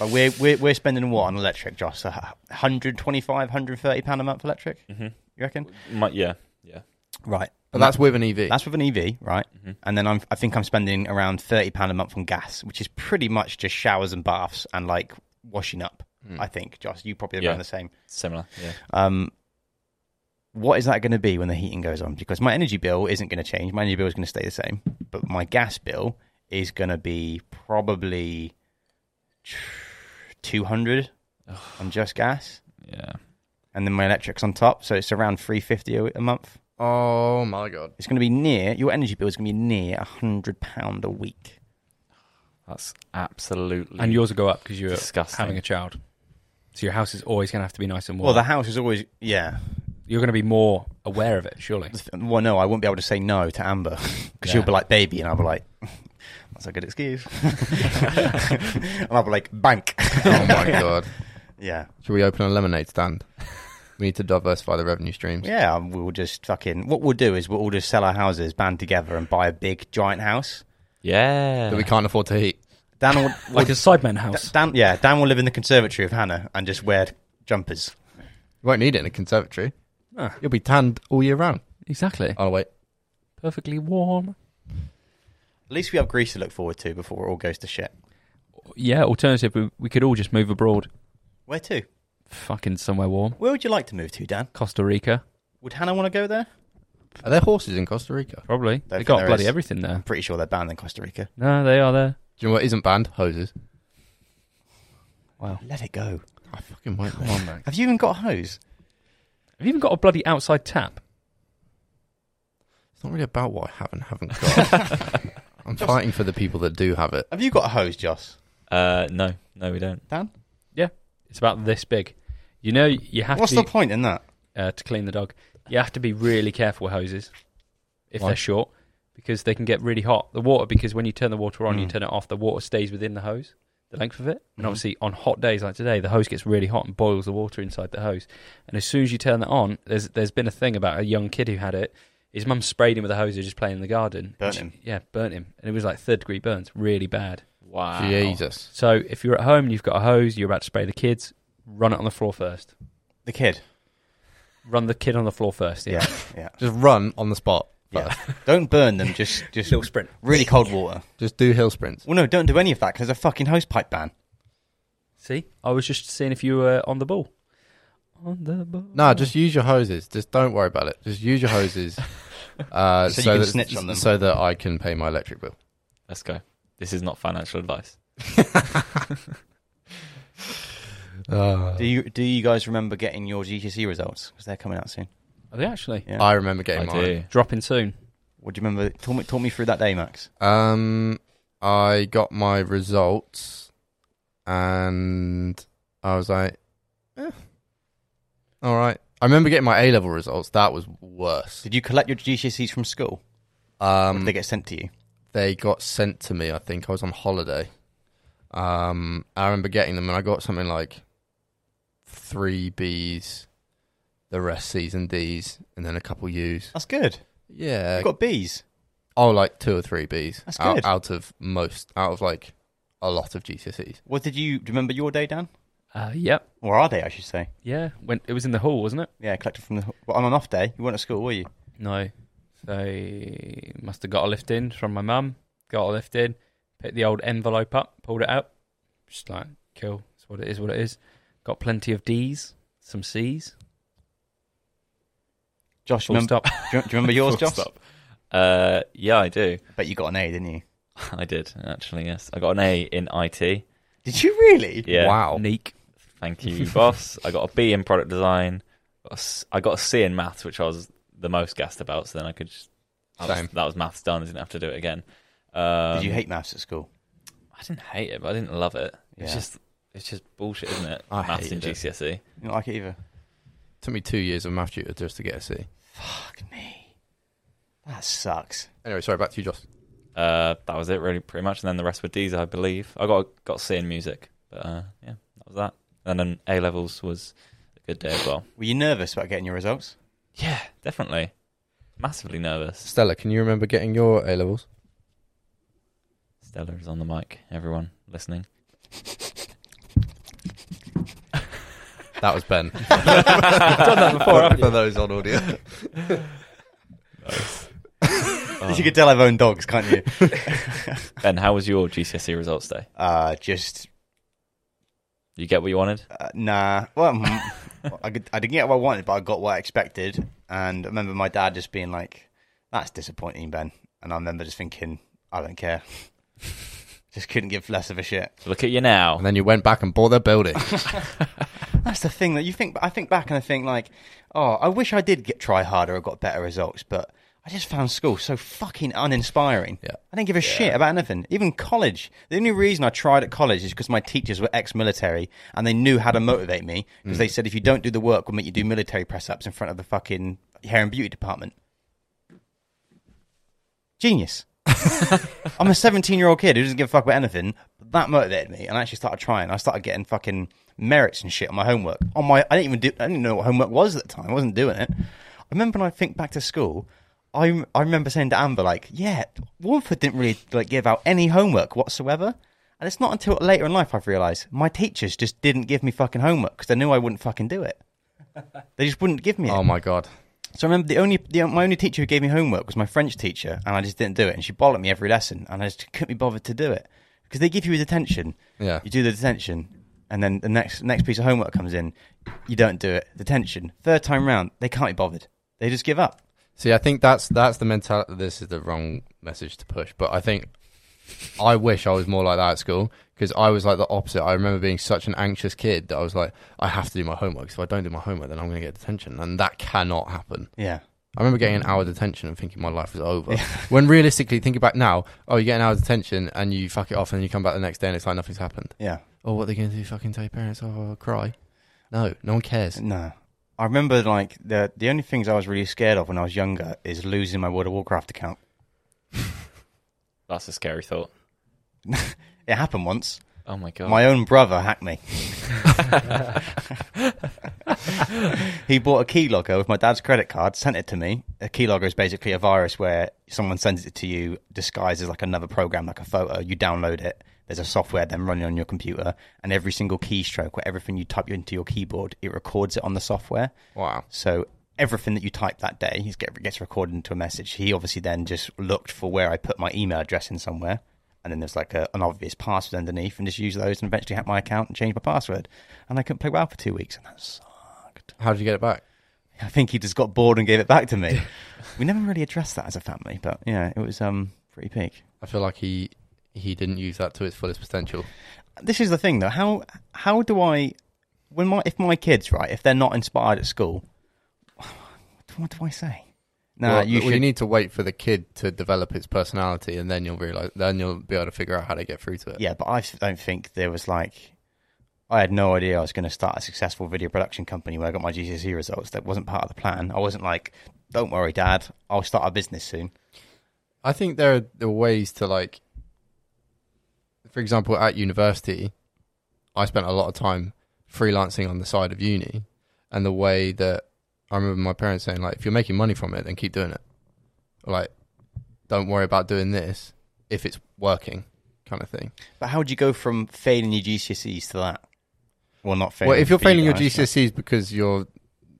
Speaker 1: Like we're, we're we're spending what on electric, Josh? So 125, 130 pound a month for electric.
Speaker 4: Mm-hmm.
Speaker 1: You reckon?
Speaker 4: My, yeah. Yeah.
Speaker 1: Right.
Speaker 2: But that's with an E EV.
Speaker 1: That's with an EV, right?
Speaker 4: Mhm.
Speaker 1: And then I'm, I think I'm spending around thirty pound a month on gas, which is pretty much just showers and baths and like washing up.
Speaker 2: Mm.
Speaker 1: I think, Josh, you probably
Speaker 4: Yeah.
Speaker 1: around the same.
Speaker 4: Similar. Yeah.
Speaker 1: Um, what is that going to be when the heating goes on? Because my energy bill isn't going to change. My energy bill is going to stay the same, but my gas bill is going to be probably two hundred on just gas.
Speaker 4: Yeah.
Speaker 1: and then my electric's on top, so it's around three fifty a a month.
Speaker 2: oh my god!
Speaker 1: It's going to be near your energy bill is going to be near a hundred pound a week.
Speaker 4: That's absolutely.
Speaker 3: And yours will go up because you're
Speaker 4: Disgusting.
Speaker 3: having a child. So your house is always going to have to be nice and warm.
Speaker 1: Well, the house is always yeah.
Speaker 3: you're going to be more aware of it, surely.
Speaker 1: Well, no, I won't be able to say no to Amber because she'll
Speaker 3: Yeah.
Speaker 1: be like baby, and I'll be like, that's a good excuse. and I'll be like bank.
Speaker 2: Oh my god!
Speaker 1: Yeah,
Speaker 2: Should we open a lemonade stand? We need to diversify the revenue streams.
Speaker 1: yeah. We'll just fucking what we'll do is we'll all just sell our houses, band together, and buy a big giant house.
Speaker 4: Yeah.
Speaker 2: That we can't afford to heat.
Speaker 1: Dan will
Speaker 3: Like a Sidemen
Speaker 1: Da-
Speaker 3: house.
Speaker 1: Dan, yeah, Dan will live in the conservatory with Hannah and just wear jumpers.
Speaker 2: You won't need it in a conservatory.
Speaker 3: Ah.
Speaker 2: You'll be tanned all year round.
Speaker 3: exactly.
Speaker 2: Oh wait,
Speaker 3: Perfectly warm.
Speaker 1: At least we have Greece to look forward to before it all goes to shit.
Speaker 3: Yeah, alternative, we, we could all just move abroad.
Speaker 1: Where to?
Speaker 3: Fucking somewhere warm.
Speaker 1: Where would you like to move to, Dan?
Speaker 3: Costa Rica.
Speaker 1: Would Hannah want to go there?
Speaker 2: Are there horses in Costa Rica?
Speaker 3: Probably.
Speaker 1: Don't
Speaker 3: They
Speaker 1: think
Speaker 3: got
Speaker 1: there
Speaker 3: bloody
Speaker 1: is.
Speaker 3: everything there.
Speaker 1: I'm pretty sure they're banned in Costa Rica.
Speaker 3: No, they are there.
Speaker 2: Do you know what isn't banned? Hoses.
Speaker 3: Wow.
Speaker 1: Let it go.
Speaker 2: I fucking won't.
Speaker 3: Come on, man.
Speaker 1: Have you even got a hose?
Speaker 3: Have you even got a bloody outside tap?
Speaker 2: It's not really about what I have and haven't got. I'm fighting for the people that do have it.
Speaker 1: Have you got a hose, Joss?
Speaker 4: Uh, no, no, we don't.
Speaker 3: It's about this big. You know, you have
Speaker 1: What's
Speaker 3: to
Speaker 1: the
Speaker 3: be,
Speaker 1: point in that?
Speaker 3: uh, to clean the dog. You have to be really careful with hoses if
Speaker 2: Why?
Speaker 3: they're short because they can get really hot. The water, because when you turn the water on, you
Speaker 1: Mm. Mm-hmm.
Speaker 3: turn it off, the water stays within the hose, the length of it. And
Speaker 2: Mhm.
Speaker 3: obviously, on hot days like today, the hose gets really hot and boils the water inside the hose. And as soon as you turn that on, there's there's been a thing about a young kid who had it. His mum sprayed him with a hose, he was just playing in the garden.
Speaker 1: Burnt
Speaker 3: She-
Speaker 1: him.
Speaker 3: Yeah, burnt him. And it was like third degree burns, really bad.
Speaker 4: Wow.
Speaker 2: Jesus.
Speaker 3: So if you're at home and you've got a hose, you're about to spray the kids, run it on the floor first.
Speaker 1: The kid.
Speaker 3: Run the kid on the floor first. Yeah.
Speaker 1: Yeah, yeah.
Speaker 2: Just run on the spot.
Speaker 1: Yeah.
Speaker 2: Yeah.
Speaker 1: Don't burn them. Just, just
Speaker 3: Little sprint.
Speaker 1: really cold water.
Speaker 2: Just do hill sprints.
Speaker 1: Well, no, don't do any of that because there's a fucking hose pipe ban.
Speaker 3: See, I was just seeing if you were on the ball. On the ball.
Speaker 2: No, just use your hoses. Just don't worry about it. Just use your hoses. Uh,
Speaker 1: So you can
Speaker 2: that,
Speaker 1: snitch on them.
Speaker 2: So that I can pay my electric bill.
Speaker 4: Let's go. This is not financial advice.
Speaker 2: Uh,
Speaker 1: Do you do you guys remember getting your GCSE E results? Because they're coming out soon.
Speaker 3: Are they actually
Speaker 1: Yeah.
Speaker 2: I remember
Speaker 4: I
Speaker 2: getting mine.
Speaker 4: do.
Speaker 3: dropping soon?
Speaker 1: What do you remember? Talk me, talk me through that day, Max.
Speaker 2: Um, I got my results, and I was like, eh, "All right." I remember getting my A level results. That was um, worse.
Speaker 1: Did you collect your GCSEs from school? Or
Speaker 2: Um,
Speaker 1: did they get sent to you?
Speaker 2: they got sent to me. I think I was on holiday. Um, I remember getting them, and I got something like three Bs, the rest Cs and Ds, and then a couple Us.
Speaker 1: That's good.
Speaker 2: Yeah,
Speaker 1: You've got Bs.
Speaker 2: oh, like two or three Bs
Speaker 1: That's
Speaker 2: out,
Speaker 1: good.
Speaker 2: out of most, out of like a lot of GCSEs.
Speaker 1: What did you do? You remember your day, Dan?
Speaker 3: Uh, yep.
Speaker 1: Or are they? I should say.
Speaker 3: Yeah. When it was in the hall, wasn't it?
Speaker 1: Yeah, collected from the. Well, on an off day, you weren't at school, were you?
Speaker 3: No. They must have got a lift in from my mum. Got a lift in, picked the old envelope up, pulled it out. Just like, cool. It's what it is. What it is. Got plenty of D's, some C's.
Speaker 1: Josh,
Speaker 3: Full
Speaker 1: remember,
Speaker 3: stop.
Speaker 1: do, you, do you remember yours,
Speaker 4: Full
Speaker 1: Josh?
Speaker 4: stop. Uh, yeah, I do.
Speaker 1: But you got an A, didn't you?
Speaker 4: I did actually. Yes, I got an A in IT.
Speaker 1: Did you really?
Speaker 4: Yeah.
Speaker 2: Wow.
Speaker 3: Neek.
Speaker 4: Thank you, boss. I got a B in product design. Got a s- I got a C in maths, which I was the most gassed about. So then I could just that was,
Speaker 2: Same.
Speaker 4: that was maths done. I didn't have to do it again. Um,
Speaker 1: Did you hate maths at school?
Speaker 4: I didn't hate it, but I didn't love it. It's
Speaker 1: Yeah.
Speaker 4: just it's just bullshit, isn't it?
Speaker 2: I
Speaker 4: maths in
Speaker 2: hated it.
Speaker 4: GCSE.
Speaker 1: You don't like it either.
Speaker 2: Took me two years of math tutor just to get a C.
Speaker 1: Fuck me. That sucks.
Speaker 2: Anyway, sorry, back to you, Joss.
Speaker 4: Uh, that was it, really, pretty much. And then the rest were D's, I believe. I got got a C in music, but uh, yeah, that was that. And then A levels was a good day as well.
Speaker 1: Were you nervous about getting your results?
Speaker 4: Yeah, definitely. Massively nervous.
Speaker 2: Stella, can you remember getting your A levels?
Speaker 4: Stella is on the mic. Everyone listening.
Speaker 2: That was Ben. Done
Speaker 4: that before, haven't
Speaker 2: for those on audio.
Speaker 1: You could tell I've owned dogs, can't you?
Speaker 4: Ben, how was your GCSE E results day?
Speaker 1: uh, just
Speaker 4: You get what you wanted?
Speaker 1: Uh, nah. Well, mm, I, could, I didn't get what I wanted, but I got what I expected. And I remember my dad just being like, "That's disappointing, Ben." And I remember just thinking, "I don't care." just couldn't give less of a shit.
Speaker 4: Look at you now.
Speaker 2: And then you went back and bought their building.
Speaker 1: That's the thing that you think. I think back and I think like, "Oh, I wish I did get try harder or got better results," but. I just found school so fucking uninspiring.
Speaker 2: Yeah.
Speaker 1: I didn't give a shit about anything. Even college. The only reason I tried at college is because my teachers were ex-military and they knew how to motivate me because
Speaker 2: Mm.
Speaker 1: they said if you don't do the work, we'll make you do military press-ups in front of the fucking hair and beauty department. Genius. I'm a 17-year-old kid who doesn't give a fuck about anything. But that motivated me, and I actually started trying. I started getting fucking merits and shit on my homework. On my, I didn't even do. I didn't know what homework was at the time. I wasn't doing it. I remember when I think back to school. I, I remember saying to Amber, like, yeah, Warford didn't really like give out any homework whatsoever. And it's not until later in life I've realised my teachers just didn't give me fucking homework because they knew I wouldn't fucking do it. They just wouldn't give me it.
Speaker 2: oh my god.
Speaker 1: So I remember the only the, my only teacher who gave me homework was my French teacher, and I just didn't do it, and she bollocked me every lesson, and I just couldn't be bothered to do it because they give you a detention.
Speaker 2: Yeah.
Speaker 1: You do the detention, and then the next next piece of homework comes in, you don't do it. Detention. Third time round, they can't be bothered. They just give up.
Speaker 2: See, I think that's that's the mentality. This is the wrong message to push, but I think I wish I was more like that at school because I was like the opposite. I remember being such an anxious kid that I was like, I have to do my homework. 'cause If I don't do my homework, then I'm going to get detention, and that cannot happen.
Speaker 1: Yeah.
Speaker 2: I remember getting an hour detention and thinking my life was over. when realistically, think about now. Oh, you get an hour detention and you fuck it off, and then you come back the next day and it's like nothing's happened.
Speaker 1: Yeah.
Speaker 2: Oh, what are they going to do? Fucking tell your parents? Oh, cry? No, no one cares.
Speaker 1: No. I remember like the the only things I was really scared of when I was younger is losing my World of Warcraft account.
Speaker 4: That's a scary thought.
Speaker 1: It happened once.
Speaker 4: Oh my god.
Speaker 1: My own brother hacked me. he bought a keylogger with my dad's credit card, sent it to me. A keylogger is basically a virus where someone sends it to you disguised as like another program, like a photo. You download it. There's a software then running on your computer, and every single keystroke or everything you type into your keyboard, it records it on the software.
Speaker 2: Wow.
Speaker 1: So everything that you type that day he's get, gets recorded into a message. He obviously then just looked for where I put my email address in somewhere. And then there's like a, an obvious password underneath and just use those and eventually hack my account and change my password. And I couldn't play WoW for two weeks. And that's,
Speaker 2: How did you get it back?
Speaker 1: I think he just got bored and gave it back to me. we never really addressed that as a family, but yeah, it was um pretty peak.
Speaker 2: I feel like he he didn't use that to its fullest potential.
Speaker 1: this is the thing though how how do i when my if my kids right if they're not inspired at school what do i say no
Speaker 2: Well,
Speaker 1: you
Speaker 2: well,
Speaker 1: should
Speaker 2: need to wait for the kid to develop its personality, and then you'll realize. Then you'll be able to figure out how to get through to it.
Speaker 1: yeah but i don't think there was like i had no idea i was going to start a successful video production company where i got my gcse E results that wasn't part of the plan i wasn't like don't worry dad i'll start a business soon
Speaker 2: I think there are, there are ways to like. For example, at university, I spent a lot of time freelancing on the side of uni, and the way that I remember my parents saying, like, if you're making money from it, then keep doing it. Or, like, don't worry about doing this if it's working, kind of thing.
Speaker 1: but how would you go from failing your gcses to that well not failing
Speaker 2: well, if you're
Speaker 1: for you
Speaker 2: failing your
Speaker 1: guys, but-
Speaker 2: GCSEs because you're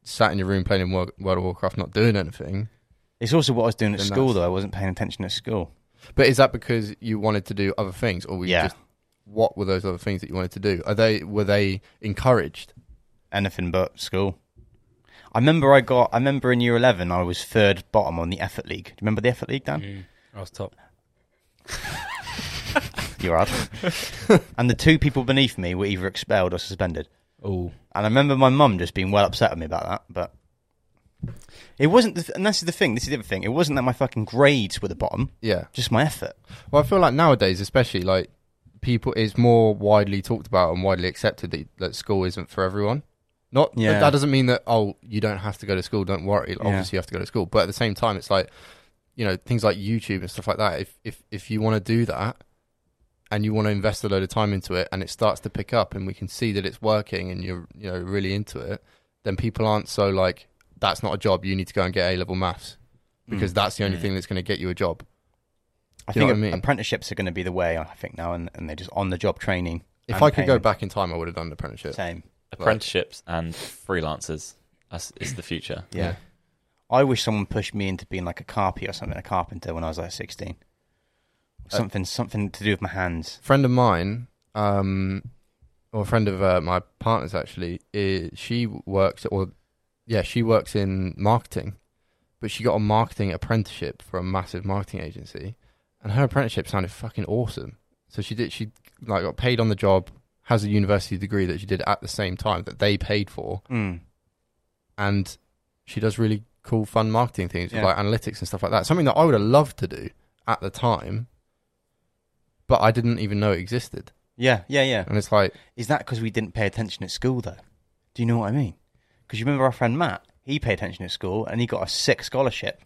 Speaker 2: sat in your room playing World, World of Warcraft, not doing anything,
Speaker 1: it's also what i was doing at
Speaker 2: Then
Speaker 1: school
Speaker 2: that's-
Speaker 1: though i wasn't paying attention at school
Speaker 2: but is that because you wanted to do other things, or were you
Speaker 1: yeah
Speaker 2: just what were those other things that you wanted to do? Are they were they encouraged?
Speaker 1: anything but school. I remember I got. I remember in year eleven, I was third bottom on the effort league. Do you remember the effort league, Dan?
Speaker 3: Mm. I was top.
Speaker 1: You're odd. and the two people beneath me were either expelled or suspended.
Speaker 3: Oh,
Speaker 1: And I remember my mum just being well upset with me about that. But it wasn't. The, and this is the thing. This is the other thing. It wasn't that my fucking grades were the bottom.
Speaker 2: Yeah.
Speaker 1: Just my effort.
Speaker 2: Well, I feel like nowadays, especially like people, it's more widely talked about and widely accepted that, that school isn't for everyone. Not
Speaker 1: Yeah.
Speaker 2: that doesn't mean that oh you don't have to go to school. Don't worry. Like,
Speaker 1: Yeah.
Speaker 2: Obviously, you have to go to school, but at the same time, it's like you know things like YouTube and stuff like that. If if if you want to do that and you want to invest a load of time into it, and it starts to pick up, and we can see that it's working, and you're you know really into it, then people aren't so like that's not a job. You need to go and get A level maths because that's the only
Speaker 1: Mm.
Speaker 2: thing that's going to get you a job.
Speaker 1: I
Speaker 2: Do you
Speaker 1: think
Speaker 2: know what I mean?
Speaker 1: apprenticeships are going to be the way. I think now, and, and they're just on the job training.
Speaker 2: If
Speaker 1: and
Speaker 2: I could go
Speaker 1: payment.
Speaker 2: back in time, I would have done an apprenticeship.
Speaker 1: Same.
Speaker 4: Apprenticeships and freelancers That's- is the future.
Speaker 1: Yeah. I wish someone pushed me into being like a carpy or something, a carpenter when I was like sixteen.
Speaker 2: Uh,
Speaker 1: Something, something to do with my hands.
Speaker 2: friend of mine, um, or a friend of uh, my partner's actually, i she works or yeah, she works in marketing, but she got a marketing apprenticeship for a massive marketing agency, and her apprenticeship sounded fucking awesome. So she did. She like got paid on the job, has a university degree that she did at the same time that they paid for,
Speaker 1: Mm.
Speaker 2: and she does really cool, fun marketing things with
Speaker 1: Yeah.
Speaker 2: like analytics and stuff like that. Something that I would have loved to do at the time, but I didn't even know it existed.
Speaker 1: Yeah, yeah, yeah.
Speaker 2: And it's like,
Speaker 1: Is that because we didn't pay attention at school though? Do you know what I mean? Because you remember our friend Matt, he paid attention at school and he got a sick scholarship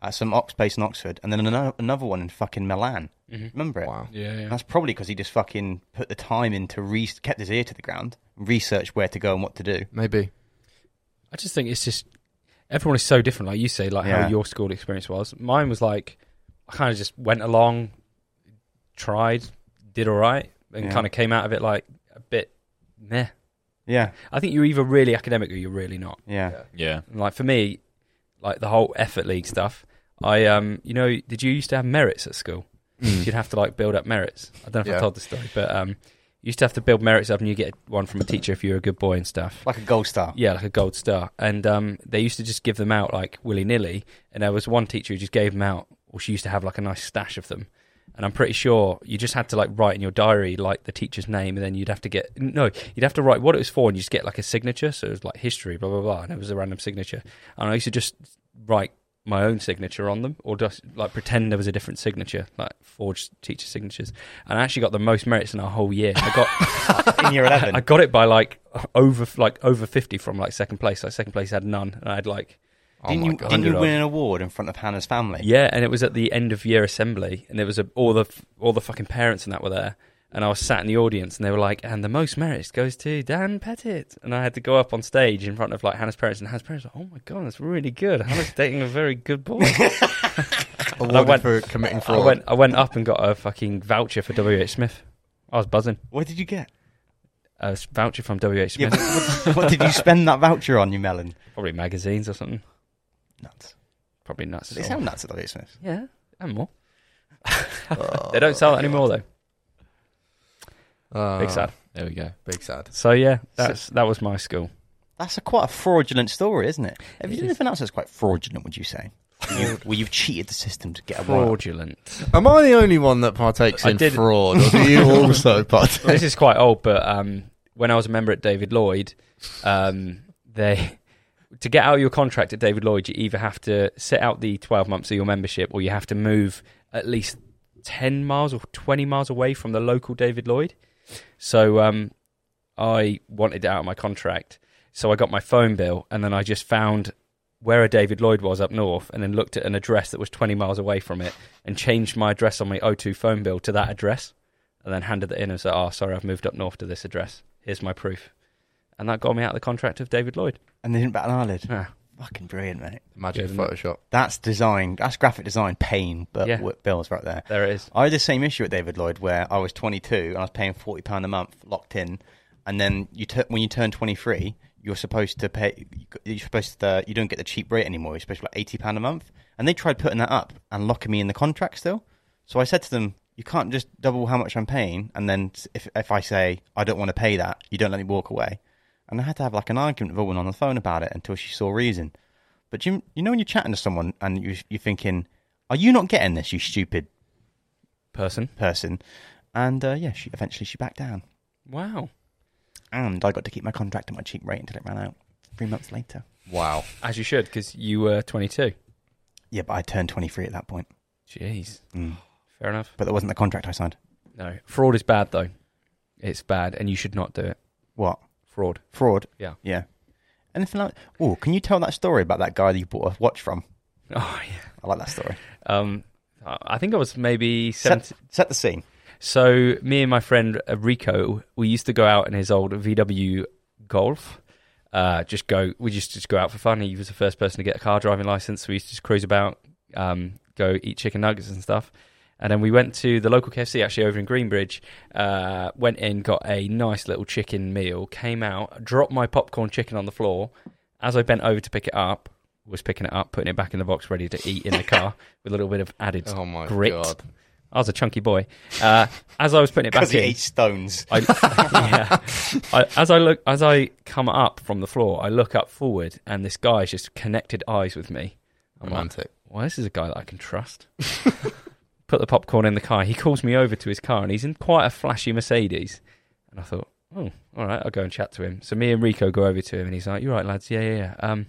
Speaker 1: at some Ox place in Oxford, and then another, another one in fucking Milan.
Speaker 3: Mm-hmm.
Speaker 1: Remember it?
Speaker 2: wow.
Speaker 3: yeah, yeah.
Speaker 1: That's probably because he just fucking put the time in to re- kept his ear to the ground, researched where to go and what to do.
Speaker 2: Maybe.
Speaker 3: I just think it's just everyone is so different. Like you say, like
Speaker 1: Yeah.
Speaker 3: how your school experience was. Mine was like I kind of just went along, tried, did all right, and
Speaker 1: Yeah.
Speaker 3: kind of came out of it like a bit meh.
Speaker 1: Yeah,
Speaker 3: I think you're either really academic or you're really not.
Speaker 1: yeah.
Speaker 2: Yeah.
Speaker 4: Yeah.
Speaker 3: And, Like for me, like the whole effort league stuff. I um, you know,
Speaker 1: Hmm.
Speaker 3: did you used to have merits at school? You'd have to like build up merits. I don't know if
Speaker 2: Yeah.
Speaker 3: I told this story, but um, You used to have to build merits up, and you get one from a teacher if you were a good boy and stuff.
Speaker 1: like a gold star.
Speaker 3: Yeah, like a gold star. And um, they used to just give them out like willy nilly. And there was one teacher who just gave them out, or she used to have like a nice stash of them. And I'm pretty sure you just had to like write in your diary like the teacher's name, and then you'd have to get no, you'd have to write what it was for, and you just get like a signature. So it was like history, blah blah blah, and it was a random signature. And I used to just write my own signature on them, or just like pretend there was a different signature, like forged teacher signatures. And I actually got the most merits in our whole year. I got
Speaker 1: In year eleven,
Speaker 2: Oh
Speaker 3: I got it by like over like over fifty from like second place. Like second place had none, and I had like
Speaker 2: Oh
Speaker 1: didn't
Speaker 2: my
Speaker 1: you?
Speaker 2: god!
Speaker 1: Didn't you
Speaker 3: Underdog.
Speaker 1: win an award in front of Hannah's family?
Speaker 3: yeah. And it was at the end of year assembly, and there was a, all the all the fucking parents and that were there, and I was sat in the audience, and they were like, and the most merits goes to Dan Pettit, and I had to go up on stage in front of like Hannah's parents, and Hannah's parents were like, oh my god, that's really good. Hannah's dating a very good boy. I
Speaker 2: Awarded
Speaker 3: went-
Speaker 2: for committing
Speaker 3: I
Speaker 2: fraud.
Speaker 3: went I went up and got a fucking voucher for W H Smith. I was buzzing.
Speaker 1: What did you get?
Speaker 3: A s- voucher from W H
Speaker 1: Yeah,
Speaker 3: Smith,
Speaker 1: but what, what did you spend that voucher on, you melon?
Speaker 3: probably magazines or something.
Speaker 1: Nuts.
Speaker 3: Probably nuts.
Speaker 1: They
Speaker 3: as well.
Speaker 1: sound nuts at the Smith.
Speaker 3: Yeah, and more.
Speaker 2: Oh.
Speaker 3: they don't sell it anymore though.
Speaker 2: Uh,
Speaker 3: Big sad.
Speaker 4: There we go.
Speaker 2: Big sad.
Speaker 3: So yeah, that's that was my school.
Speaker 1: That's a quite a fraudulent story, isn't it? Have you
Speaker 3: It is.
Speaker 1: anything else that's quite fraudulent? Would you say? you, well, you've cheated the system to get a warrant.
Speaker 3: Fraudulent.
Speaker 2: Am I the only one that partakes
Speaker 3: I
Speaker 2: in
Speaker 3: did-
Speaker 2: fraud, or do you also partake?
Speaker 3: this is quite old, but um, when I was a member at David Lloyd, um, they to get out of your contract at David Lloyd, you either have to sit out the twelve months of your membership, or you have to move at least ten miles or twenty miles away from the local David Lloyd. So um, I wanted it out of my contract. So I got my phone bill, and then I just found where a David Lloyd was up north, and then looked at an address that was 20 miles away from it, and changed my address on my O2 phone bill to that address, and then handed it in and said, "Oh, sorry, I've moved up north to this address. Here's my proof." And that got me out of the contract of David Lloyd.
Speaker 1: And they didn't bat an eyelid.
Speaker 3: Ah,
Speaker 1: Fucking brilliant, mate.
Speaker 2: Magic
Speaker 3: Good, isn't
Speaker 2: Photoshop.
Speaker 1: That's design. That's graphic design pain, but
Speaker 3: Yeah.
Speaker 1: with bills right there.
Speaker 3: there it is.
Speaker 1: I had the same issue at David Lloyd where I was 22 and I was paying 40 pound a month locked in, and then you tu- when you turn 23, you're supposed to pay. You're supposed to. you don't get the cheap rate anymore. You're supposed to be like 80 pound a month, and they tried putting that up and locking me in the contract still. So I said to them, "You can't just double how much I'm paying, and then s- if if I say I don't want to pay that, you don't let me walk away." And I had to have like an argument with a woman on the phone about it until she saw reason. But you, you know when you're chatting to someone and you, you're thinking, "Are you not getting this, you stupid
Speaker 3: Person.
Speaker 1: person. And uh, yeah, she eventually she backed down,
Speaker 3: Wow.
Speaker 1: and I got to keep my contract at my cheap rate until it ran out three months later.
Speaker 2: Wow.
Speaker 3: As you should, because you were 22.
Speaker 1: Yeah, but I turned twenty three at that point.
Speaker 3: Jeez.
Speaker 1: Mm.
Speaker 3: Fair enough.
Speaker 1: But that wasn't the contract I signed.
Speaker 3: No, fraud is bad though. It's bad, and you should not do it.
Speaker 1: What
Speaker 3: Fraud.
Speaker 1: fraud?
Speaker 3: Yeah.
Speaker 1: yeah. Anything like? Oh, can you tell that story about that guy that you bought a watch from?
Speaker 3: Oh yeah.
Speaker 1: I like that story.
Speaker 3: Um, I I think I was maybe 17.
Speaker 1: Set, set the scene.
Speaker 3: So me and my friend uh, Rico, we used to go out in his old VW Golf. Uh, just go, we just just go out for fun. He was the first person to get a car driving license. We used to just cruise about, um, go eat chicken nuggets and stuff. And then we went to the local KFC actually over in Greenbridge. Uh, went in, got a nice little chicken meal. Came out, dropped my popcorn chicken on the floor. As I bent over to pick it up, was picking it up, putting it back in the box, ready to eat in the car with a little bit of added
Speaker 2: Oh my
Speaker 3: grit.
Speaker 2: god.
Speaker 3: I was a chunky boy. Uh, as I was putting it
Speaker 1: Because
Speaker 3: back
Speaker 1: he
Speaker 3: in,
Speaker 1: ate stones.
Speaker 3: I, yeah. I, as I look, as I come up from the floor, I look up forward, and this guy's just connected eyes with me. I'm like,
Speaker 2: Romantic.
Speaker 3: well, this is a guy that I can trust. Put the popcorn in the car. He calls me over to his car, and he's in quite a flashy Mercedes. And I thought, oh, all right, I'll go and chat to him. So me and Rico go over to him, and he's like, "You're right, lads. Yeah, yeah, yeah." Um,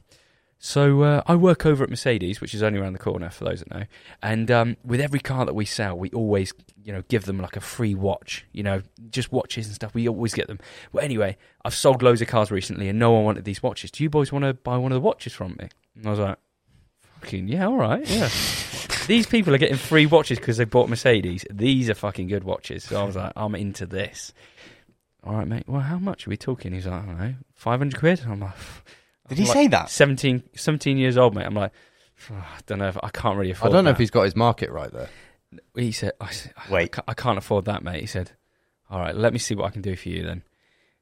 Speaker 3: so uh, I work over at Mercedes, which is only around the corner for those that know. And um, with every car that we sell, we always, you know, give them like a free watch. You know, just watches and stuff. We always get them. Well, anyway, I've sold loads of cars recently, and no one wanted these watches. Do you boys want to buy one of the watches from me? And I was like, "Fucking yeah, all right, yeah." these people are getting free watches because they bought Mercedes. These are fucking good watches. So I was like, I'm into this. All right, mate. Well, how much are we talking? He's like, I don't know, five hundred quid. I'm like.
Speaker 1: Did he
Speaker 3: I'm like,
Speaker 1: say
Speaker 2: Uh,
Speaker 1: that?
Speaker 3: 17, 17 years old, mate. I'm like, "Oh, I don't know. If, I can't really
Speaker 2: I
Speaker 3: afford.
Speaker 2: don't know if
Speaker 3: that."
Speaker 2: he's got his market right there.
Speaker 3: He said, I, said, "I
Speaker 1: Wait.
Speaker 3: ca- I can't afford that, mate." He said, "All right, let me see what I can do for you then."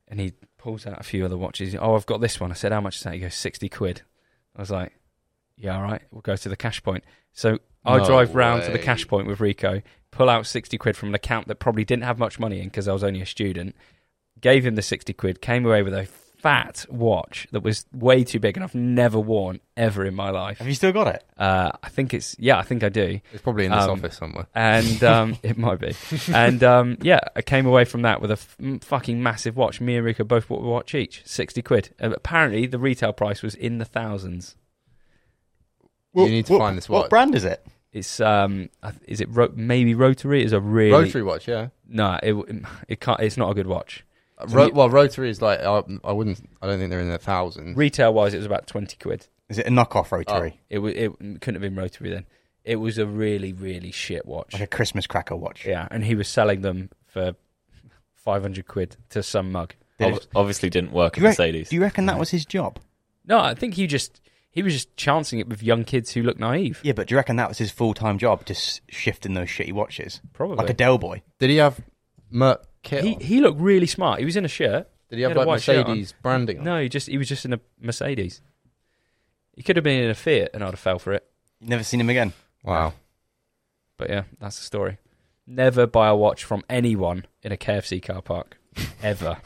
Speaker 3: And he pulls out a few other watches. Oh, I've got this one. I said, "How much is that?" He goes, 60 quid." I was like, "Yeah, all right. We'll go to the cash point." So I
Speaker 2: No
Speaker 3: drive round to the
Speaker 2: way.
Speaker 3: cash point with Rico, pull out 60 quid from an account that probably didn't have much money in because I was only a student, gave him the 60 quid, came away with a fat watch that was way too big and I've never worn ever in my life.
Speaker 1: Have you still got it?
Speaker 3: Uh, I think it's, yeah, I think I do.
Speaker 2: It's probably in this
Speaker 3: Um,
Speaker 2: office somewhere.
Speaker 3: And um, it might be. And um, yeah, I came away from that with a f- m- fucking massive watch. Me and Rico both bought a watch each, 60 quid. Uh, apparently, the retail price was in the thousands.
Speaker 2: you need to find this watch.
Speaker 1: What brand is it?
Speaker 3: It's um, I th- is it ro- maybe rotary? Is a really
Speaker 2: Rotary watch, yeah.
Speaker 3: No, it it can't. It's not a good watch.
Speaker 2: Ro-
Speaker 3: you-
Speaker 2: well, Rotary is like I, I wouldn't. I don't think they're in the thousands.
Speaker 3: Retail wise, it was about twenty quid.
Speaker 1: Is it a knockoff rotary?
Speaker 3: It was. It couldn't have been rotary then. It was a really really shit watch.
Speaker 1: Like a Christmas cracker watch.
Speaker 3: Yeah, and he was selling them for five hundred quid to some mug.
Speaker 1: Did
Speaker 4: Ob-
Speaker 1: it-
Speaker 4: obviously didn't work
Speaker 1: do,
Speaker 4: at
Speaker 1: you reckon,
Speaker 4: Mercedes.
Speaker 1: do you reckon that was his job?
Speaker 3: No, I think he just he was just chancing it with young kids who look naive.
Speaker 1: Yeah, but do you reckon that was his full time job, just shifting those shitty watches?
Speaker 3: Probably.
Speaker 1: Like a Dell boy.
Speaker 2: Did he have Merc kit?
Speaker 3: he
Speaker 2: on?
Speaker 3: he looked really smart. He was in a shirt.
Speaker 2: Did he have
Speaker 3: had a
Speaker 2: like
Speaker 3: white shirt on.
Speaker 2: Mercedes branding? On?
Speaker 3: No, he just he was just in a Mercedes. He could have been in a Fiat, and I'd have fell for it.
Speaker 1: You've never seen him again.
Speaker 2: Wow.
Speaker 3: But yeah, that's the story. Never buy a watch from anyone in a KFC car park, ever.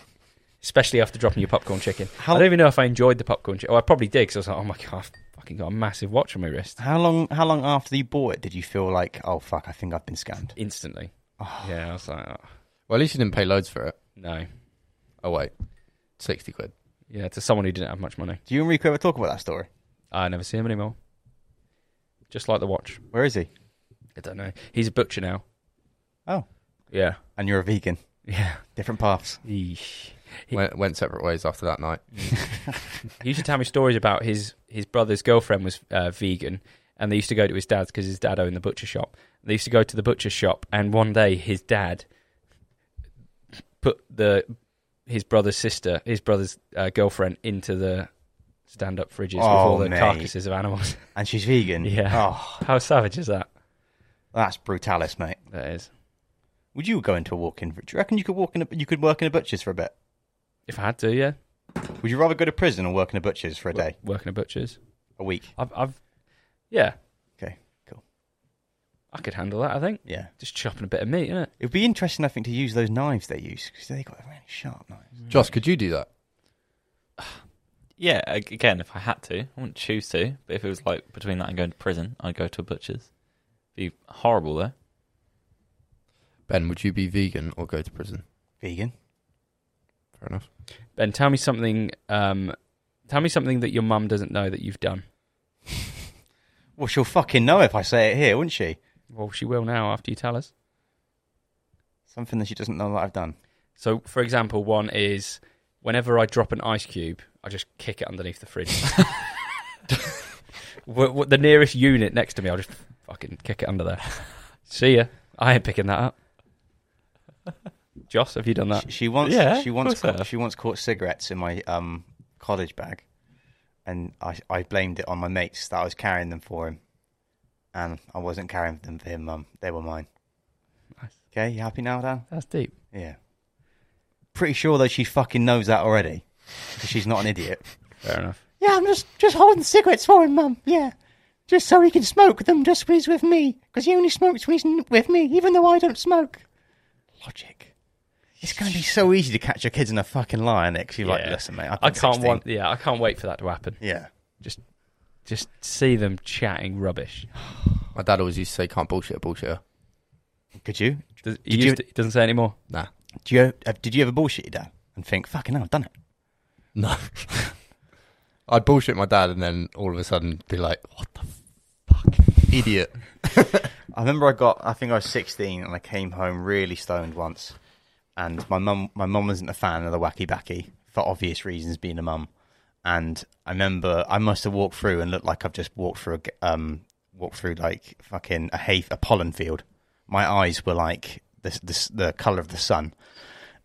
Speaker 3: Especially after dropping your popcorn chicken.
Speaker 1: How-
Speaker 3: I don't even know if I enjoyed the popcorn chicken. Oh, I probably did because I was like, oh my god, I've fucking got a massive watch on my wrist.
Speaker 1: How long how long after you bought it did you feel like, oh fuck, I think I've been scammed?
Speaker 3: Instantly.
Speaker 1: Oh.
Speaker 3: Yeah, I was like, oh,
Speaker 2: Well, at least you didn't pay loads for it.
Speaker 3: no.
Speaker 2: Oh wait, sixty quid.
Speaker 3: Yeah, to someone who didn't have much money.
Speaker 1: Do you and Rico ever talk about that story?
Speaker 3: I never see him anymore. Just like the watch.
Speaker 1: Where is he?
Speaker 3: I don't know. He's a butcher now.
Speaker 1: Oh.
Speaker 3: Yeah.
Speaker 1: And you're a vegan.
Speaker 3: Yeah.
Speaker 1: Different paths.
Speaker 3: Yeesh. He-
Speaker 2: Went, went separate ways after that night.
Speaker 3: He used to tell me stories about his his brother's girlfriend was uh, vegan, and they used to go to his dad's because his dad owned the butcher shop. They used to go to the butcher shop, and one day his dad put the his brother's sister, his brother's uh, girlfriend, into the stand up fridges with
Speaker 1: Oh,
Speaker 3: all the
Speaker 1: mate.
Speaker 3: carcasses of animals.
Speaker 1: And she's vegan.
Speaker 3: Yeah.
Speaker 1: Oh,
Speaker 3: How savage is that?
Speaker 1: that's brutalis, mate.
Speaker 3: That is.
Speaker 1: Would you go into a walk-in? Do you reckon you could walk in? A, you could work in a butcher's for a bit.
Speaker 3: If I had to, yeah,
Speaker 1: Would you rather go to prison or work in a butcher's for a day,
Speaker 3: working at butchers,
Speaker 1: a week?
Speaker 3: I've, I've, yeah,
Speaker 1: Okay, cool.
Speaker 3: I could handle that. I think
Speaker 1: Yeah,
Speaker 3: just chopping a bit of meat, innit?
Speaker 1: it would be interesting, I think, to use those knives they use because they got really sharp knives.
Speaker 2: Josh, could you do that?
Speaker 4: yeah, ag- again, if I had to, I wouldn't choose to. But if it was like between that and going to prison, I'd go to a butcher's. Be horrible though.
Speaker 2: Ben, would you be vegan or go to prison?
Speaker 1: Vegan?
Speaker 2: Fair enough.
Speaker 3: Ben, tell me something. Um, tell me something that your mum doesn't know that you've done.
Speaker 1: Well, she'll fucking know if I say it here, wouldn't she?
Speaker 3: Well, she will now after you tell us.
Speaker 1: Something that she doesn't know that I've done.
Speaker 3: So, for example, one is whenever I drop an ice cube, I just kick it underneath the fridge. Wh- wh- the nearest unit next to me, I'll just fucking kick it under there. See ya. I ain't picking that up. Joss, have you done that?
Speaker 1: She, she once,
Speaker 4: Yeah,
Speaker 1: she
Speaker 4: of
Speaker 1: once,
Speaker 4: course I
Speaker 1: caught,
Speaker 4: have.
Speaker 1: she once caught cigarettes in my um, college bag, and I, I blamed it on my mates that I was carrying them for him, and I wasn't carrying them for him, mum. They were mine.
Speaker 3: Nice.
Speaker 1: Okay, you happy now, Dan?
Speaker 3: That's deep.
Speaker 1: Yeah. Pretty sure though she fucking knows that already. 'cause she's not an idiot.
Speaker 3: Fair enough.
Speaker 1: Yeah, I'm just just holding cigarettes for him, Mum. Yeah, just so he can smoke them just when he's with me, because he only smokes when he's with me, even though I don't smoke. Logic. It's going to be so easy to catch your kids in a fucking lie, and Cause you're like,
Speaker 3: Yeah.
Speaker 1: listen, mate, I've
Speaker 3: I
Speaker 1: been
Speaker 3: can't
Speaker 1: 16."
Speaker 3: want. Yeah, I can't wait for that to happen.
Speaker 1: Yeah.
Speaker 3: Just see them chatting rubbish.
Speaker 2: My dad always used to say, "Can't bullshit a bullshitter."
Speaker 1: Could you?
Speaker 3: Does, he
Speaker 1: Did you-
Speaker 3: used to- he doesn't say anymore.
Speaker 2: Nah,
Speaker 1: Do you? Uh, did you ever bullshit your dad and think, fucking hell, I've done it?
Speaker 2: no. I'd bullshit my dad, and then all of a sudden be like, "What the fuck, idiot!"
Speaker 1: I remember I got, I think I was 16 and I came home really stoned once. And my mum, my mum wasn't a fan of the wacky backy for obvious reasons, being a mum. And I remember I must have walked through and looked like I've just walked through a, g- um, walked through like fucking a hay, a pollen field. My eyes were like the, the, the color of the sun.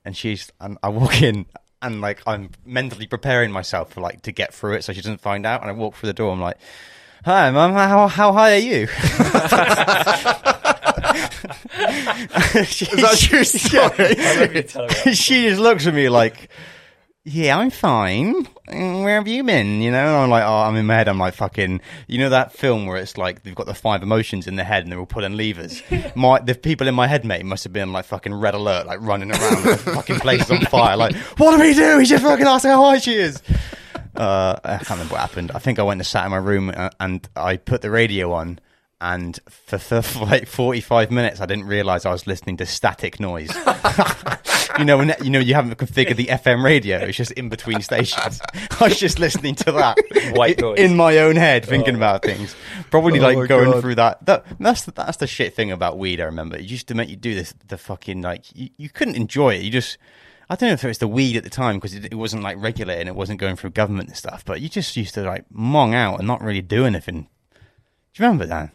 Speaker 1: And she's, and I walk in and like I'm mentally preparing myself for like to get through it so she doesn't find out. And I walk through the door, I'm like, hi, mum, how, how high are you? she,
Speaker 2: Is that true story?
Speaker 1: she just looks at me like, yeah, I'm fine. Mm, Where have you been? You know, and I'm like, oh, I'm in my head. I'm like, fucking, you know that film where it's like they've got the five emotions in their head and they're all pulling levers. my the people in my head, mate, must have been like fucking red alert, like running around, like, the fucking places on fire. Like, what do we do? We should fucking ask her how high she is. Uh, I can't remember what happened. I think I went and sat in my room uh, and I put the radio on. And for, for like 45 minutes, I didn't realize I was listening to static noise you know, when you know you haven't configured the FM radio, it's just in between stations. I was just listening to that
Speaker 4: White
Speaker 1: i-
Speaker 4: noise. Oh.
Speaker 1: in my own head, thinking about things. Probably
Speaker 2: Oh my
Speaker 1: like going
Speaker 2: God.
Speaker 1: through that. That that's the, that's the shit thing about weed. I remember it used to make you do this. The fucking like you, you couldn't enjoy it. You just I don't know if it was the weed at the time because it, it wasn't like regulated and it wasn't going through government and stuff. But you just used to like mong out and not really do anything. Do you remember that?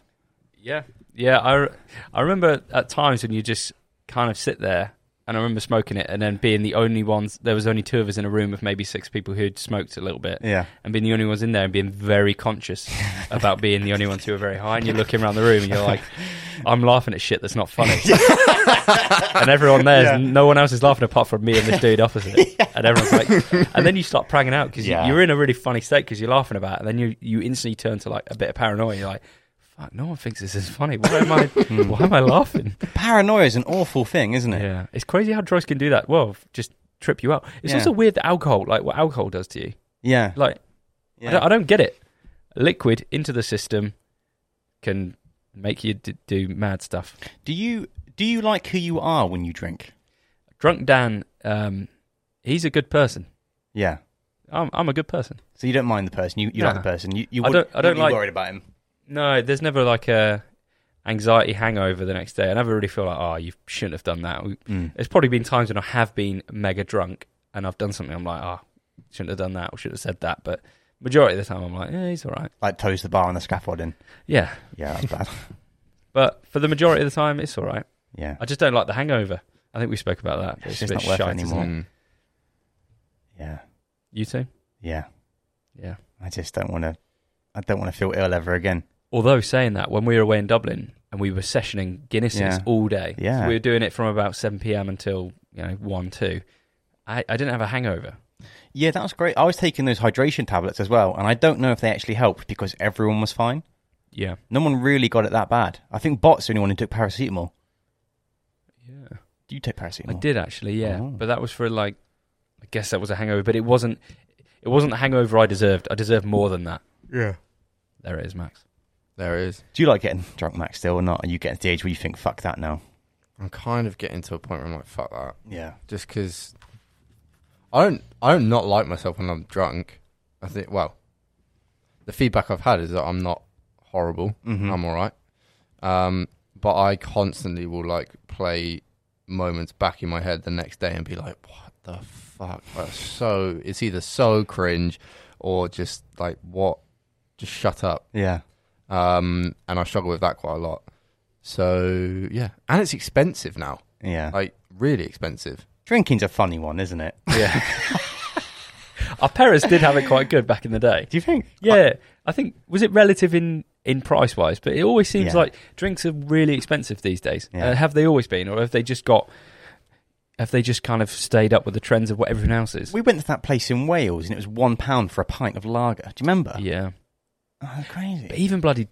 Speaker 3: Yeah, yeah. I, re- I remember at times when you just kind of sit there, and I remember smoking it, and then being the only ones. There was only two of us in a room of maybe six people who had smoked a little bit,
Speaker 1: Yeah.
Speaker 3: and being the only ones in there, and being very conscious about being the only ones who were very high. And you're looking around the room, and you're like, "I'm laughing at shit that's not funny," and everyone there's
Speaker 1: Yeah.
Speaker 3: no one else is laughing apart from me and this dude opposite, and everyone's like, and then you start pranging out because
Speaker 1: Yeah.
Speaker 3: you, you're in a really funny state because you're laughing about, it, and then you you instantly turn to like a bit of paranoia. You're like. Fuck, no one thinks this is funny. Why am I?
Speaker 1: Hmm.
Speaker 3: why am I laughing?
Speaker 1: Paranoia is an awful thing, isn't it?
Speaker 3: Yeah, it's crazy how drugs can do that. Well, just trip you out. It's
Speaker 1: Yeah.
Speaker 3: also weird that alcohol, like what alcohol does to you.
Speaker 1: Yeah.
Speaker 3: Like,
Speaker 1: yeah.
Speaker 3: I, don't, I don't get it. Liquid into the system can make you d- do mad stuff.
Speaker 1: do you do you like who you are when you drink?
Speaker 3: Drunk Dan, um, he's a good person.
Speaker 1: Yeah.
Speaker 3: I'm, I'm a good person.
Speaker 1: So you don't mind the person. You, you like
Speaker 3: Nah.
Speaker 1: the person. You, you
Speaker 3: I
Speaker 1: wouldn't-
Speaker 3: don't- I don't
Speaker 1: you'd be
Speaker 3: like-
Speaker 1: worried about him.
Speaker 3: No, there's never like a anxiety hangover the next day. I never really feel like, oh, you shouldn't have done that. We- There's probably been times when I have been mega drunk and I've done something. I'm like, oh, shouldn't have done that or should have said that. But majority of the time, I'm like, yeah, he's all right.
Speaker 1: Like toes the bar on the scaffolding.
Speaker 3: Yeah,
Speaker 1: Yeah, that's bad.
Speaker 3: but for the majority of the time, it's all right.
Speaker 1: Yeah.
Speaker 3: I just don't like the hangover. I think we spoke about that.
Speaker 1: It's just not worth it
Speaker 3: shite, isn't
Speaker 1: anymore.
Speaker 2: Mm.
Speaker 1: Yeah.
Speaker 3: You too?
Speaker 1: Yeah.
Speaker 3: Yeah.
Speaker 1: I just don't want to. I don't want to feel ill ever again.
Speaker 3: Although saying that, when we were away in Dublin and we were sessioning Guinnesses
Speaker 1: Yeah.
Speaker 3: all day, so
Speaker 1: Yeah.
Speaker 3: we were doing it from about 7 p.m. until you know 1, 2. I, I didn't have a hangover.
Speaker 1: Yeah, that was great. I was taking those hydration tablets as well, and I don't know if they actually helped because everyone was fine.
Speaker 3: Yeah.
Speaker 1: No one really got it that bad. I think Bot's the only one who took paracetamol.
Speaker 3: Yeah.
Speaker 1: Do you take
Speaker 3: I
Speaker 1: paracetamol?
Speaker 3: did actually, yeah.
Speaker 1: Oh.
Speaker 3: But that was for like, I guess that was a hangover, but it wasn't. It wasn't the hangover I deserved. I deserved more than that.
Speaker 2: Yeah.
Speaker 3: There it is, Max.
Speaker 2: There it is.
Speaker 1: Do you like getting drunk, Max, still or not? Are you getting to the age where you think, fuck that now?
Speaker 2: I'm kind of getting to a point where I'm like, fuck that.
Speaker 1: Yeah.
Speaker 2: Just because I don't, I don't not like myself when I'm drunk. I think, well, the feedback I've had is that I'm not horrible.
Speaker 1: Mm-hmm.
Speaker 2: I'm all right. Um, but I constantly will like play moments back in my head the next day and be like, what the fuck? That's so, it's either so cringe or just like, what? Just shut up.
Speaker 1: yeah.
Speaker 2: Um, and I struggle with that quite a lot. So yeah, and it's expensive now,
Speaker 1: Yeah.
Speaker 2: like really expensive.
Speaker 1: Drinking's a funny one, isn't it?
Speaker 3: Our parents did have it quite good back in the day.
Speaker 1: Do you think?
Speaker 3: Yeah, I think was it relative in in price wise, but it always seems
Speaker 1: Yeah.
Speaker 3: like drinks are really expensive these days.
Speaker 1: Yeah.
Speaker 3: Uh, have they always been, or have they just got? Have they just kind of stayed up with the trends of what everyone else is?
Speaker 1: We went to that place in Wales and it was one pound for a pint of lager. Do you remember?
Speaker 3: yeah,
Speaker 1: Oh, crazy.
Speaker 3: but even bloody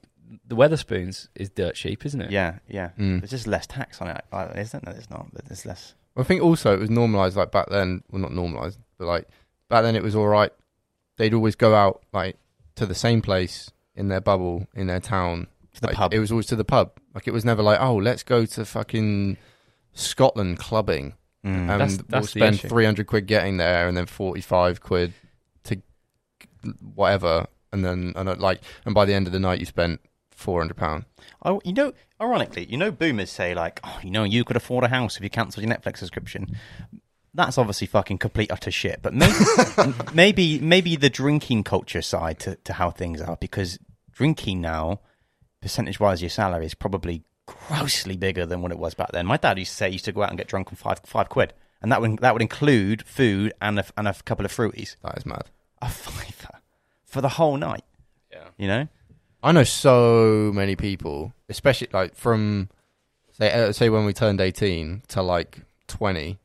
Speaker 3: the Weatherspoons is dirt cheap, isn't it?
Speaker 1: yeah, yeah.
Speaker 2: Mm.
Speaker 1: There's just less tax on it, like, isn't there? There's not. but There's less.
Speaker 2: I think also it was normalized like back then. Well, not normalized, but like back then it was all right. They'd always go out like to the same place in their bubble in their town.
Speaker 1: To the
Speaker 2: Like,
Speaker 1: pub.
Speaker 2: It was always to the pub. Like it was never like, oh, let's go to fucking Scotland clubbing
Speaker 1: Mm.
Speaker 2: and
Speaker 3: That's- that's the
Speaker 2: we'll spend
Speaker 3: issue.
Speaker 2: three hundred quid getting there and then forty five quid to whatever and then and uh, like and by the end of the night you spent four hundred pound.
Speaker 1: I, Oh, you know, ironically, you know, boomers say like, "Oh, you know, you could afford a house if you cancelled your Netflix subscription." That's obviously fucking complete utter shit. But maybe, maybe, maybe the drinking culture side to, to how things are because drinking now, percentage wise, your salary is probably grossly bigger than what it was back then. My dad used to say he used to go out and get drunk on five five quid, and that would that would include food and a, and a couple of fruities,
Speaker 2: That is mad.
Speaker 1: a fiver for the whole night.
Speaker 3: Yeah.
Speaker 1: You know,
Speaker 2: I know so many people, especially like from say uh, say when we turned eighteen to like twenty,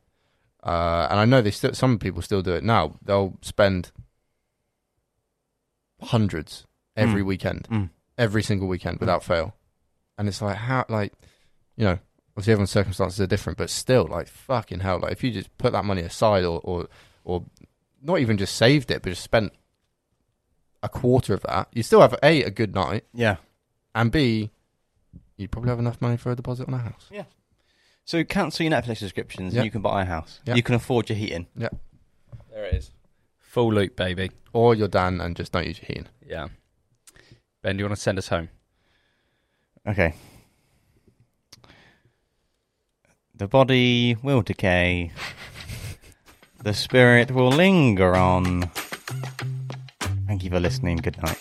Speaker 2: Uh, and I know they still, some people still do it now. They'll spend hundreds every
Speaker 1: Mm.
Speaker 2: weekend,
Speaker 1: Mm.
Speaker 2: every single weekend without fail. And it's like how, like, you know, obviously everyone's circumstances are different, but still, like, fucking hell, like if you just put that money aside or or or not even just saved it, but just spent a quarter of that, you still have a a good night,
Speaker 1: Yeah.
Speaker 2: and b you probably have enough money for a deposit on a house.
Speaker 1: So cancel your Netflix subscriptions
Speaker 2: Yeah.
Speaker 1: and you can buy a house.
Speaker 2: Yeah.
Speaker 1: You can afford your heating.
Speaker 3: There it is. Full loop, baby.
Speaker 2: Or you're done and just don't use your heating.
Speaker 3: Yeah. Ben, do you want to send us home?
Speaker 1: Okay. The body will decay. The spirit will linger on. Thank you for listening. Good night.